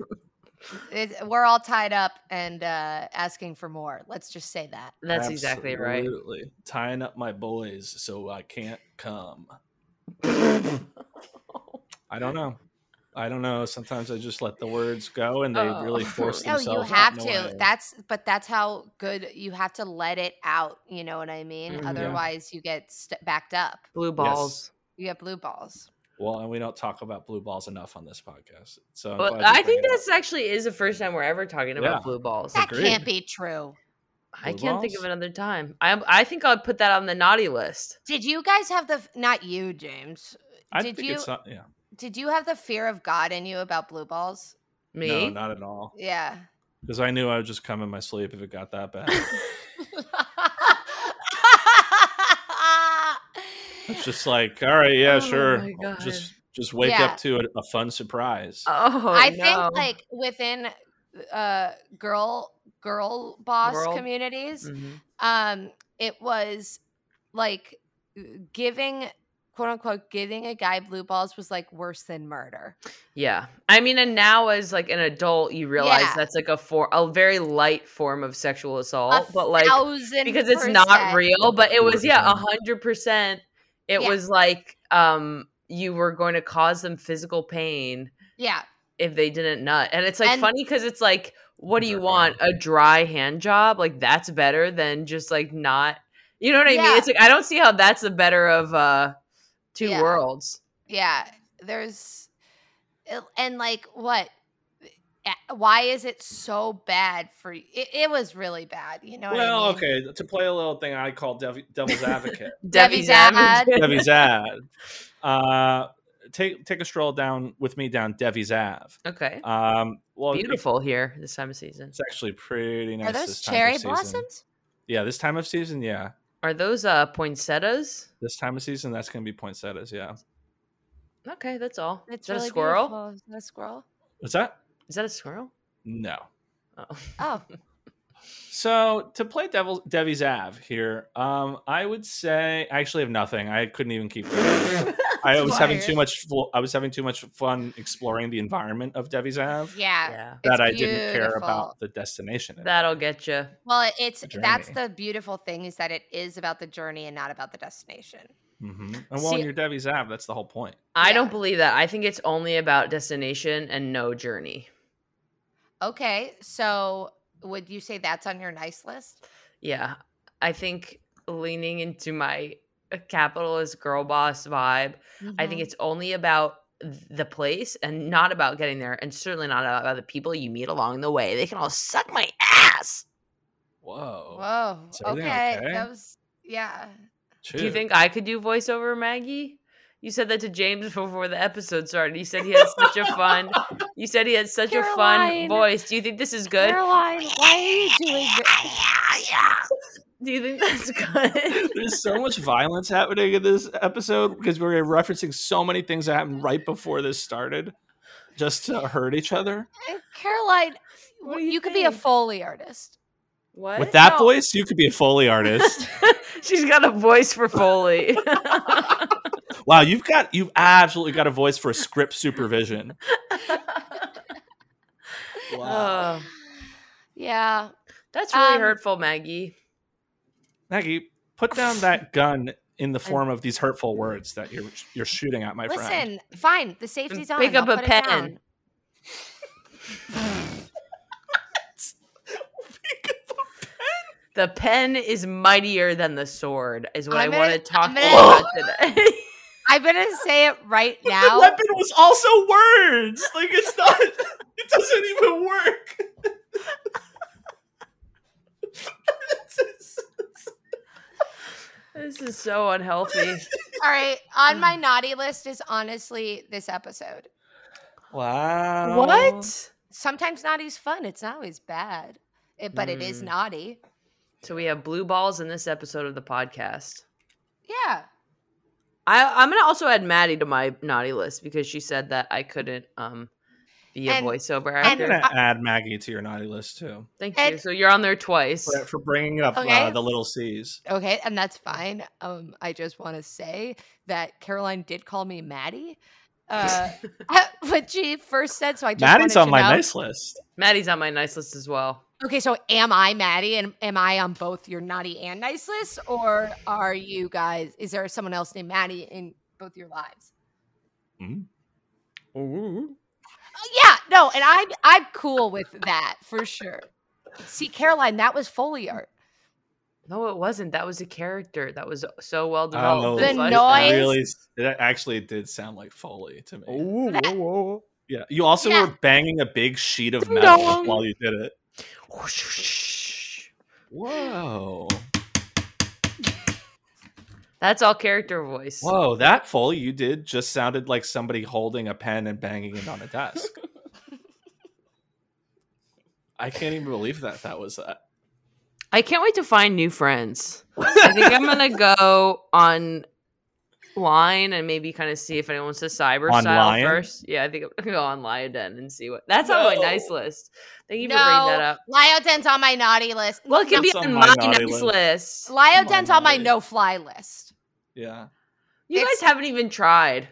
[SPEAKER 2] It- we're all tied up and uh, asking for more. Let's just say that.
[SPEAKER 3] That's exactly right.
[SPEAKER 5] Absolutely. Tying up my boys so I can't come. I don't know. I don't know. Sometimes I just let the words go and they
[SPEAKER 3] Oh.
[SPEAKER 5] really force
[SPEAKER 2] No,
[SPEAKER 5] themselves.
[SPEAKER 2] you
[SPEAKER 5] out
[SPEAKER 2] have
[SPEAKER 5] in
[SPEAKER 2] to.
[SPEAKER 5] a way.
[SPEAKER 2] That's but that's how good you have to let it out. You know what I mean?
[SPEAKER 5] Mm-hmm,
[SPEAKER 3] Mm, yeah.
[SPEAKER 2] Otherwise, you get st- backed up.
[SPEAKER 3] Blue balls.
[SPEAKER 2] You get blue balls.
[SPEAKER 5] well, and we don't talk about blue balls enough on this podcast. So I'm
[SPEAKER 3] Well,
[SPEAKER 5] glad you
[SPEAKER 3] I
[SPEAKER 5] bring
[SPEAKER 3] think
[SPEAKER 5] it up.
[SPEAKER 3] that's actually is the first time we're ever talking about
[SPEAKER 5] Yeah.
[SPEAKER 3] blue balls.
[SPEAKER 2] That can't
[SPEAKER 5] Agreed.
[SPEAKER 2] be true.
[SPEAKER 3] I
[SPEAKER 5] Blue
[SPEAKER 3] can't think of
[SPEAKER 5] balls?
[SPEAKER 3] another time. I I think I'll put that on the naughty list.
[SPEAKER 2] Did you guys have the? f- Not you, James.
[SPEAKER 5] I
[SPEAKER 2] did
[SPEAKER 5] think
[SPEAKER 2] you-
[SPEAKER 5] it's not, yeah.
[SPEAKER 2] Did you have the fear of God in you about blue balls?
[SPEAKER 3] Me?
[SPEAKER 5] No, not at all.
[SPEAKER 2] Yeah.
[SPEAKER 5] Because I knew I would just come in my sleep if it got that bad. it's just like, all right, yeah,
[SPEAKER 3] Oh
[SPEAKER 5] sure.
[SPEAKER 3] my God.
[SPEAKER 5] Just just wake
[SPEAKER 2] Yeah.
[SPEAKER 5] up to a, a fun surprise.
[SPEAKER 3] oh,
[SPEAKER 2] I
[SPEAKER 3] no.
[SPEAKER 2] think like within uh girl girl boss
[SPEAKER 3] World-
[SPEAKER 2] communities,
[SPEAKER 3] Mhm.
[SPEAKER 2] um, it was like giving quote unquote giving a guy blue balls was like worse than murder.
[SPEAKER 3] yeah. I mean, and now as like an adult, you realize
[SPEAKER 2] Yeah.
[SPEAKER 3] that's like a for a very light form of sexual
[SPEAKER 2] A
[SPEAKER 3] assault, but like
[SPEAKER 2] thousand
[SPEAKER 3] because it's not
[SPEAKER 2] percent.
[SPEAKER 3] real but it was yeah a
[SPEAKER 5] Cortisone.
[SPEAKER 3] hundred percent it
[SPEAKER 2] Yeah.
[SPEAKER 3] was like um you were going to cause them physical pain
[SPEAKER 2] Yeah.
[SPEAKER 3] if they didn't nut. And it's like
[SPEAKER 2] And-
[SPEAKER 3] funny because it's like, what do you
[SPEAKER 5] Jerk
[SPEAKER 3] want?
[SPEAKER 5] off.
[SPEAKER 3] A dry hand job? Like that's better than just like not. You know what I
[SPEAKER 2] Yeah.
[SPEAKER 3] mean? It's like I don't see how that's the better of uh two
[SPEAKER 2] Yeah.
[SPEAKER 3] worlds.
[SPEAKER 2] Yeah, there's it- and like what eh, why is it so bad for y- it, it was really bad, you know
[SPEAKER 5] well,
[SPEAKER 2] what I mean?
[SPEAKER 5] okay. To play a little thing I call dev- devil's advocate,
[SPEAKER 2] Debbie's
[SPEAKER 3] advocate.
[SPEAKER 5] Devi's ad. Uh, take take a stroll down with me down Devi's Ave.
[SPEAKER 3] Okay.
[SPEAKER 5] Um, well, it-
[SPEAKER 3] Beautiful here this time of season.
[SPEAKER 5] It's actually pretty nice.
[SPEAKER 2] Are those
[SPEAKER 5] this time of
[SPEAKER 2] cherry
[SPEAKER 5] season.
[SPEAKER 2] blossoms?
[SPEAKER 5] Yeah, this time of season. Yeah,
[SPEAKER 3] Are those uh poinsettias?
[SPEAKER 5] this time of season, that's gonna be poinsettias. Yeah,
[SPEAKER 3] Okay, that's all.
[SPEAKER 2] It's
[SPEAKER 3] Is that
[SPEAKER 2] really
[SPEAKER 3] a squirrel?
[SPEAKER 2] beautiful. Is that a squirrel?
[SPEAKER 5] what's that?
[SPEAKER 3] Is that a squirrel?
[SPEAKER 5] No.
[SPEAKER 3] Oh.
[SPEAKER 2] Oh,
[SPEAKER 5] So to play Devil Devi's Ave here, um, I would say I actually have nothing. I couldn't even keep. going. I was having too
[SPEAKER 2] Quiet.
[SPEAKER 5] much. fl- I was having too much fun exploring the environment of Devi's Ave
[SPEAKER 2] yeah.
[SPEAKER 3] Yeah.
[SPEAKER 2] it's
[SPEAKER 5] that I didn't care
[SPEAKER 2] beautiful.
[SPEAKER 5] about the destination. of it.
[SPEAKER 3] That'll get you.
[SPEAKER 2] Well, it- it's that's
[SPEAKER 5] journey.
[SPEAKER 2] the beautiful thing is that it is about the journey and not about the destination.
[SPEAKER 5] Mhm. And well,
[SPEAKER 3] See-
[SPEAKER 5] when you're Devi's Ave, that's the whole point.
[SPEAKER 3] I
[SPEAKER 2] Yeah.
[SPEAKER 3] don't believe that. I think it's only about destination and no journey.
[SPEAKER 2] Okay, so would you say that's on your nice list?
[SPEAKER 3] Yeah. I think leaning into my uh, capitalist girl boss vibe, I
[SPEAKER 2] Mm-hmm.
[SPEAKER 3] think it's only about the place and not about getting there and certainly not about the people you meet along the way. They can all suck my ass.
[SPEAKER 5] Whoa.
[SPEAKER 2] whoa.
[SPEAKER 5] Is
[SPEAKER 2] Okay,
[SPEAKER 5] everything okay?
[SPEAKER 2] that was yeah.
[SPEAKER 3] Do you
[SPEAKER 5] Shoot.
[SPEAKER 3] think I could do voiceover, Maggie? You said that to James before the episode started. You said he had such a fun. You said he had such a fun
[SPEAKER 2] Caroline.
[SPEAKER 3] voice. Do you think this is good?
[SPEAKER 2] Caroline, why are you doing this?
[SPEAKER 3] Do you think that's good?
[SPEAKER 5] There's so much violence happening in this episode because we were referencing so many things that happened right before this started, just to hurt each other.
[SPEAKER 2] Caroline,
[SPEAKER 3] What do
[SPEAKER 2] you,
[SPEAKER 3] you
[SPEAKER 2] could be a
[SPEAKER 3] think?
[SPEAKER 2] Foley artist.
[SPEAKER 3] What?
[SPEAKER 5] With that
[SPEAKER 2] No.
[SPEAKER 5] voice, you could be a Foley artist.
[SPEAKER 3] She's got a voice for Foley.
[SPEAKER 5] wow, you've got you've absolutely got a voice for script supervision.
[SPEAKER 3] Oh,
[SPEAKER 2] Yeah.
[SPEAKER 3] that's really
[SPEAKER 2] Um,
[SPEAKER 3] hurtful, Maggie.
[SPEAKER 5] Maggie, put down that gun in the form of these hurtful words that you're you're shooting at my
[SPEAKER 2] Listen,
[SPEAKER 5] friend.
[SPEAKER 2] fine. The safety's on.
[SPEAKER 3] pick up
[SPEAKER 2] I'll
[SPEAKER 3] a
[SPEAKER 2] put it
[SPEAKER 3] pen.
[SPEAKER 2] down.
[SPEAKER 3] The pen is mightier than the sword, is what i
[SPEAKER 2] I'm
[SPEAKER 3] want
[SPEAKER 2] gonna-
[SPEAKER 3] to talk
[SPEAKER 2] I'm
[SPEAKER 3] to you about
[SPEAKER 2] gonna-
[SPEAKER 3] today.
[SPEAKER 2] I'm gonna say it right
[SPEAKER 5] The
[SPEAKER 2] now.
[SPEAKER 5] weapon was also words. Like it's not. It doesn't even work.
[SPEAKER 3] this is so unhealthy.
[SPEAKER 2] All right. On my naughty list is honestly this episode.
[SPEAKER 5] Wow.
[SPEAKER 3] what?
[SPEAKER 2] Sometimes naughty's fun. It's not always bad, it, but it is
[SPEAKER 3] Mm.
[SPEAKER 2] naughty.
[SPEAKER 3] So we have blue balls in this episode of the podcast.
[SPEAKER 2] Yeah.
[SPEAKER 3] I, I'm gonna also add Maddie to my naughty list because she said that I couldn't um be a
[SPEAKER 2] And-
[SPEAKER 3] voiceover
[SPEAKER 5] I'm
[SPEAKER 3] actor.
[SPEAKER 5] gonna add Maggie to your naughty list too
[SPEAKER 3] Thank you.
[SPEAKER 2] and-
[SPEAKER 3] So you're on there twice.
[SPEAKER 5] for, for bringing up uh,
[SPEAKER 2] Okay.
[SPEAKER 5] the little C's.
[SPEAKER 2] Okay, and that's fine. Um, I just want to say that Caroline did call me Maddie uh, when she first said. So I just
[SPEAKER 5] Maddie's
[SPEAKER 2] wanted
[SPEAKER 5] on
[SPEAKER 2] to
[SPEAKER 5] my
[SPEAKER 2] know.
[SPEAKER 5] nice list.
[SPEAKER 3] Maddie's on my nice list as well.
[SPEAKER 2] Okay, so am I Maddie, and am I on both your naughty and nice list, or are you guys? Is there someone else named Maddie in both your lives? Oh, yeah, no, and I'm I'm cool with that for sure. See, Caroline, that was Foley art.
[SPEAKER 3] No, it wasn't. That was a character that was so well
[SPEAKER 5] Oh,
[SPEAKER 3] developed.
[SPEAKER 2] The
[SPEAKER 3] and funny.
[SPEAKER 2] noise.
[SPEAKER 5] Really, it actually did sound like Foley to me.
[SPEAKER 2] That-
[SPEAKER 5] Yeah, you also
[SPEAKER 2] Yeah.
[SPEAKER 5] were banging a big sheet of
[SPEAKER 3] Ding
[SPEAKER 5] metal
[SPEAKER 3] dong.
[SPEAKER 5] while you did it.
[SPEAKER 3] uh,
[SPEAKER 5] Whoa,
[SPEAKER 3] That's all character voice.
[SPEAKER 5] whoa! That Foley you did just sounded like somebody holding a pen and banging it on a desk. I can't even believe that that was uh, that.
[SPEAKER 3] I can't wait to find new friends. I think I'm gonna go online and maybe kind of see if anyone wants to cyber style
[SPEAKER 5] Online?
[SPEAKER 3] first. Yeah, I think I'm gonna go on Lyoden and see what that's on my nice
[SPEAKER 5] No.
[SPEAKER 3] list. Thank you for bringing that
[SPEAKER 2] No,
[SPEAKER 3] up.
[SPEAKER 2] Lyoden's on my naughty list.
[SPEAKER 3] Well, it can be on
[SPEAKER 5] That's on
[SPEAKER 3] my,
[SPEAKER 5] my
[SPEAKER 3] nice
[SPEAKER 5] naughty
[SPEAKER 3] list.
[SPEAKER 5] list.
[SPEAKER 2] Lyoden's on my
[SPEAKER 5] naughty.
[SPEAKER 2] no fly list.
[SPEAKER 5] Yeah,
[SPEAKER 3] You
[SPEAKER 2] It's-
[SPEAKER 3] guys haven't even tried.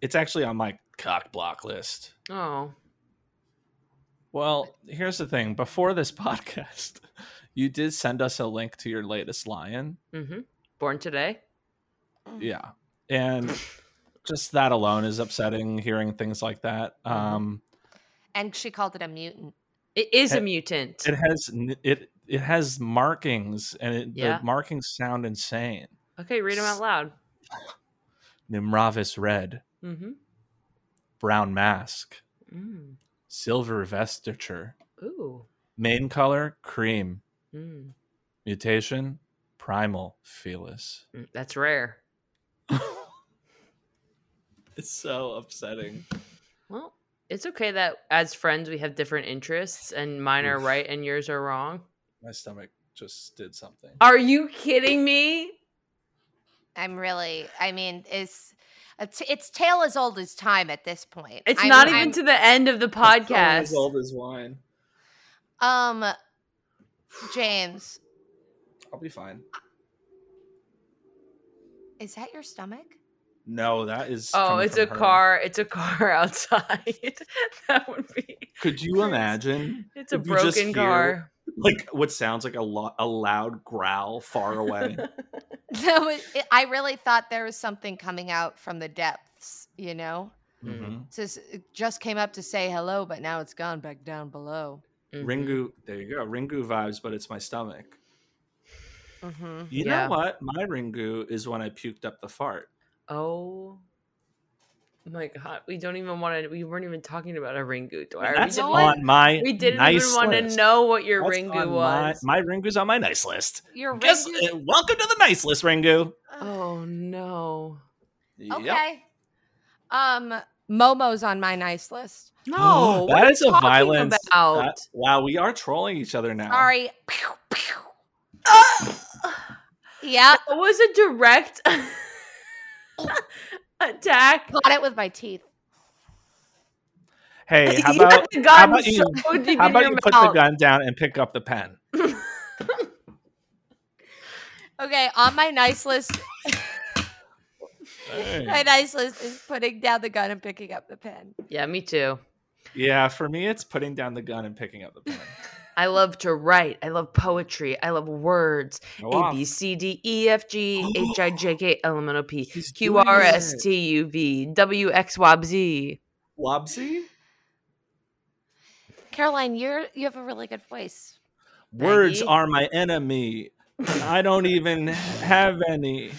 [SPEAKER 5] it's actually on my cock block list.
[SPEAKER 3] Oh,
[SPEAKER 5] Well, here's the thing. Before this podcast, you did send us a link to your latest lion.
[SPEAKER 3] mm-hmm. born today.
[SPEAKER 5] Yeah. And just that alone is upsetting. Hearing things like that. Um,
[SPEAKER 2] and she called it a mutant.
[SPEAKER 3] It is a
[SPEAKER 5] It-
[SPEAKER 3] mutant.
[SPEAKER 5] it has n- it it has markings, and it,
[SPEAKER 3] Yeah.
[SPEAKER 5] the markings sound insane.
[SPEAKER 3] okay, read them out loud.
[SPEAKER 5] Numravis red,
[SPEAKER 3] Mm-hmm.
[SPEAKER 5] brown mask,
[SPEAKER 3] Mm.
[SPEAKER 5] silver vestiture,
[SPEAKER 3] Ooh.
[SPEAKER 5] main color cream,
[SPEAKER 3] Mm.
[SPEAKER 5] mutation primal felis.
[SPEAKER 3] Mm, That's rare.
[SPEAKER 5] It's so upsetting.
[SPEAKER 3] Well, it's okay that as friends we have different interests and mine are
[SPEAKER 5] Oof.
[SPEAKER 3] right and yours are wrong.
[SPEAKER 5] My stomach just did something.
[SPEAKER 3] Are you kidding me?
[SPEAKER 2] I'm really. I mean, it's it's, it's tale as old as time at this point.
[SPEAKER 3] It's
[SPEAKER 2] I'm-
[SPEAKER 3] not even
[SPEAKER 2] I'm-
[SPEAKER 3] to the end of the podcast.
[SPEAKER 5] as wine.
[SPEAKER 2] Um, James,
[SPEAKER 5] I'll be fine.
[SPEAKER 2] is that your stomach?
[SPEAKER 5] No, that is.
[SPEAKER 3] Oh,
[SPEAKER 5] coming
[SPEAKER 3] it's a
[SPEAKER 5] from her.
[SPEAKER 3] car. It's a car outside. that would be.
[SPEAKER 5] Could you imagine
[SPEAKER 3] It's a
[SPEAKER 5] If you just
[SPEAKER 3] broken
[SPEAKER 5] hear-
[SPEAKER 3] car.
[SPEAKER 5] like what sounds like a lo- a loud growl far away?
[SPEAKER 2] No, it, it, I really thought there was something coming out from the depths. You know,
[SPEAKER 5] Mhm.
[SPEAKER 2] just it just came up to say hello, but now it's gone back down below.
[SPEAKER 3] Mhm.
[SPEAKER 5] Ringu, there you go. Ringu vibes, but it's my stomach.
[SPEAKER 2] Mm-hmm.
[SPEAKER 5] You
[SPEAKER 3] Yeah.
[SPEAKER 5] know what? My Ringu is when I puked up the fart.
[SPEAKER 3] Oh my god, we don't even want to. We weren't even talking about a Ringu. Dwyer.
[SPEAKER 5] That's
[SPEAKER 3] we didn't,
[SPEAKER 5] on my
[SPEAKER 3] we didn't
[SPEAKER 5] nice
[SPEAKER 3] even want to
[SPEAKER 5] list.
[SPEAKER 3] know what your
[SPEAKER 5] That's
[SPEAKER 3] Ringu
[SPEAKER 5] on
[SPEAKER 3] was.
[SPEAKER 5] My, my Ringu's on my nice list.
[SPEAKER 2] Your
[SPEAKER 5] Guess,
[SPEAKER 2] Ringu-
[SPEAKER 5] uh, welcome to the nice list, Ringu.
[SPEAKER 3] oh no!
[SPEAKER 5] Yep.
[SPEAKER 2] Okay. Um, Momo's on my nice list.
[SPEAKER 3] No,
[SPEAKER 5] that is
[SPEAKER 3] you
[SPEAKER 5] a
[SPEAKER 3] talking
[SPEAKER 5] violence.
[SPEAKER 3] about?
[SPEAKER 5] that- wow, we are trolling each other now.
[SPEAKER 2] Sorry. Pew, pew. yep.
[SPEAKER 3] That was a direct attack.
[SPEAKER 2] Got it with my teeth.
[SPEAKER 5] Hey, how
[SPEAKER 3] you
[SPEAKER 5] about
[SPEAKER 3] had the gun
[SPEAKER 5] how about you-
[SPEAKER 3] so deep
[SPEAKER 5] how
[SPEAKER 3] in
[SPEAKER 5] about
[SPEAKER 3] your
[SPEAKER 5] you put the
[SPEAKER 3] mouth.
[SPEAKER 5] gun down and pick up the pen?
[SPEAKER 2] Okay, on my nice list, my
[SPEAKER 5] Hey.
[SPEAKER 2] nice list is putting down the gun and picking up the pen.
[SPEAKER 3] Yeah, me too.
[SPEAKER 5] Yeah, for me, it's putting down the gun and picking up the pen.
[SPEAKER 3] I love to write. I love poetry. I love words.
[SPEAKER 5] Go
[SPEAKER 3] A
[SPEAKER 5] off.
[SPEAKER 3] B C D E F G H I J K L M N O P
[SPEAKER 5] She's
[SPEAKER 3] Q
[SPEAKER 5] doing
[SPEAKER 3] R
[SPEAKER 5] it.
[SPEAKER 3] S T U V W X Y Z.
[SPEAKER 5] Wobsy?
[SPEAKER 2] Caroline, you're you have a really good voice.
[SPEAKER 5] Words
[SPEAKER 3] Maggie?
[SPEAKER 5] are my enemy. I don't even have any.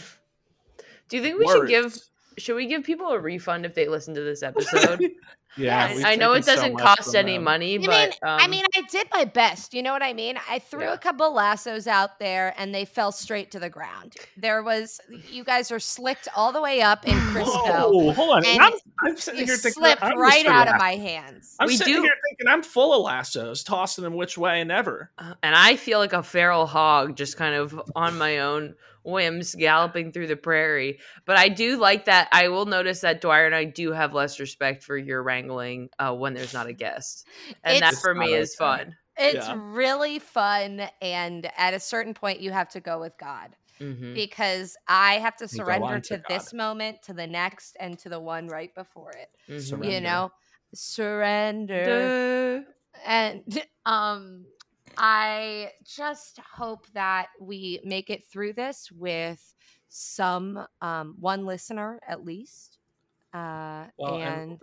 [SPEAKER 3] Do you think we should give
[SPEAKER 5] words.
[SPEAKER 3] should we give people a refund if they listen to this episode?
[SPEAKER 5] Yeah,
[SPEAKER 2] Yes.
[SPEAKER 5] we've
[SPEAKER 3] I know it
[SPEAKER 5] taken so
[SPEAKER 3] doesn't
[SPEAKER 5] much
[SPEAKER 3] cost
[SPEAKER 5] from
[SPEAKER 3] any
[SPEAKER 5] them.
[SPEAKER 3] money,
[SPEAKER 2] You
[SPEAKER 3] but
[SPEAKER 2] mean-
[SPEAKER 3] um,
[SPEAKER 2] I mean, I did my best. You know what I mean? I threw
[SPEAKER 3] Yeah.
[SPEAKER 2] a couple lassos out there and they fell straight to the ground. There was you guys are slicked all the way up in Crisco.
[SPEAKER 5] Whoa, hold on.
[SPEAKER 2] And
[SPEAKER 5] I'm, I'm
[SPEAKER 2] You
[SPEAKER 5] sitting here thinking
[SPEAKER 2] slipped
[SPEAKER 5] I'm
[SPEAKER 2] right
[SPEAKER 5] Mr.
[SPEAKER 2] out of
[SPEAKER 5] Lasso.
[SPEAKER 2] my hands.
[SPEAKER 5] I'm
[SPEAKER 3] We
[SPEAKER 5] sitting
[SPEAKER 3] do-
[SPEAKER 5] here thinking I'm full of lassos, tossing them which way and ever.
[SPEAKER 3] Uh, and I feel like a feral hog just kind of on my own whims galloping through the prairie. But I do like that. I will notice that Dwyer and I do have less respect for your wrangling uh, when there's not a guest. And that
[SPEAKER 2] It's-
[SPEAKER 3] for me is
[SPEAKER 5] It's not okay.
[SPEAKER 3] fun.
[SPEAKER 2] It's
[SPEAKER 5] Yeah.
[SPEAKER 2] really fun. And at a certain point, you have to go with God
[SPEAKER 3] Mhm.
[SPEAKER 2] because I have to
[SPEAKER 5] go
[SPEAKER 2] surrender
[SPEAKER 5] on
[SPEAKER 2] to,
[SPEAKER 5] Mm. to
[SPEAKER 2] this moment, to the next, and to the one right before it.
[SPEAKER 3] Mhm.
[SPEAKER 2] You
[SPEAKER 5] Surrender.
[SPEAKER 2] know, surrender.
[SPEAKER 3] Duh.
[SPEAKER 2] And um, I just hope that we make it through this with some um, one listener at least. Uh,
[SPEAKER 5] Well, and-
[SPEAKER 2] and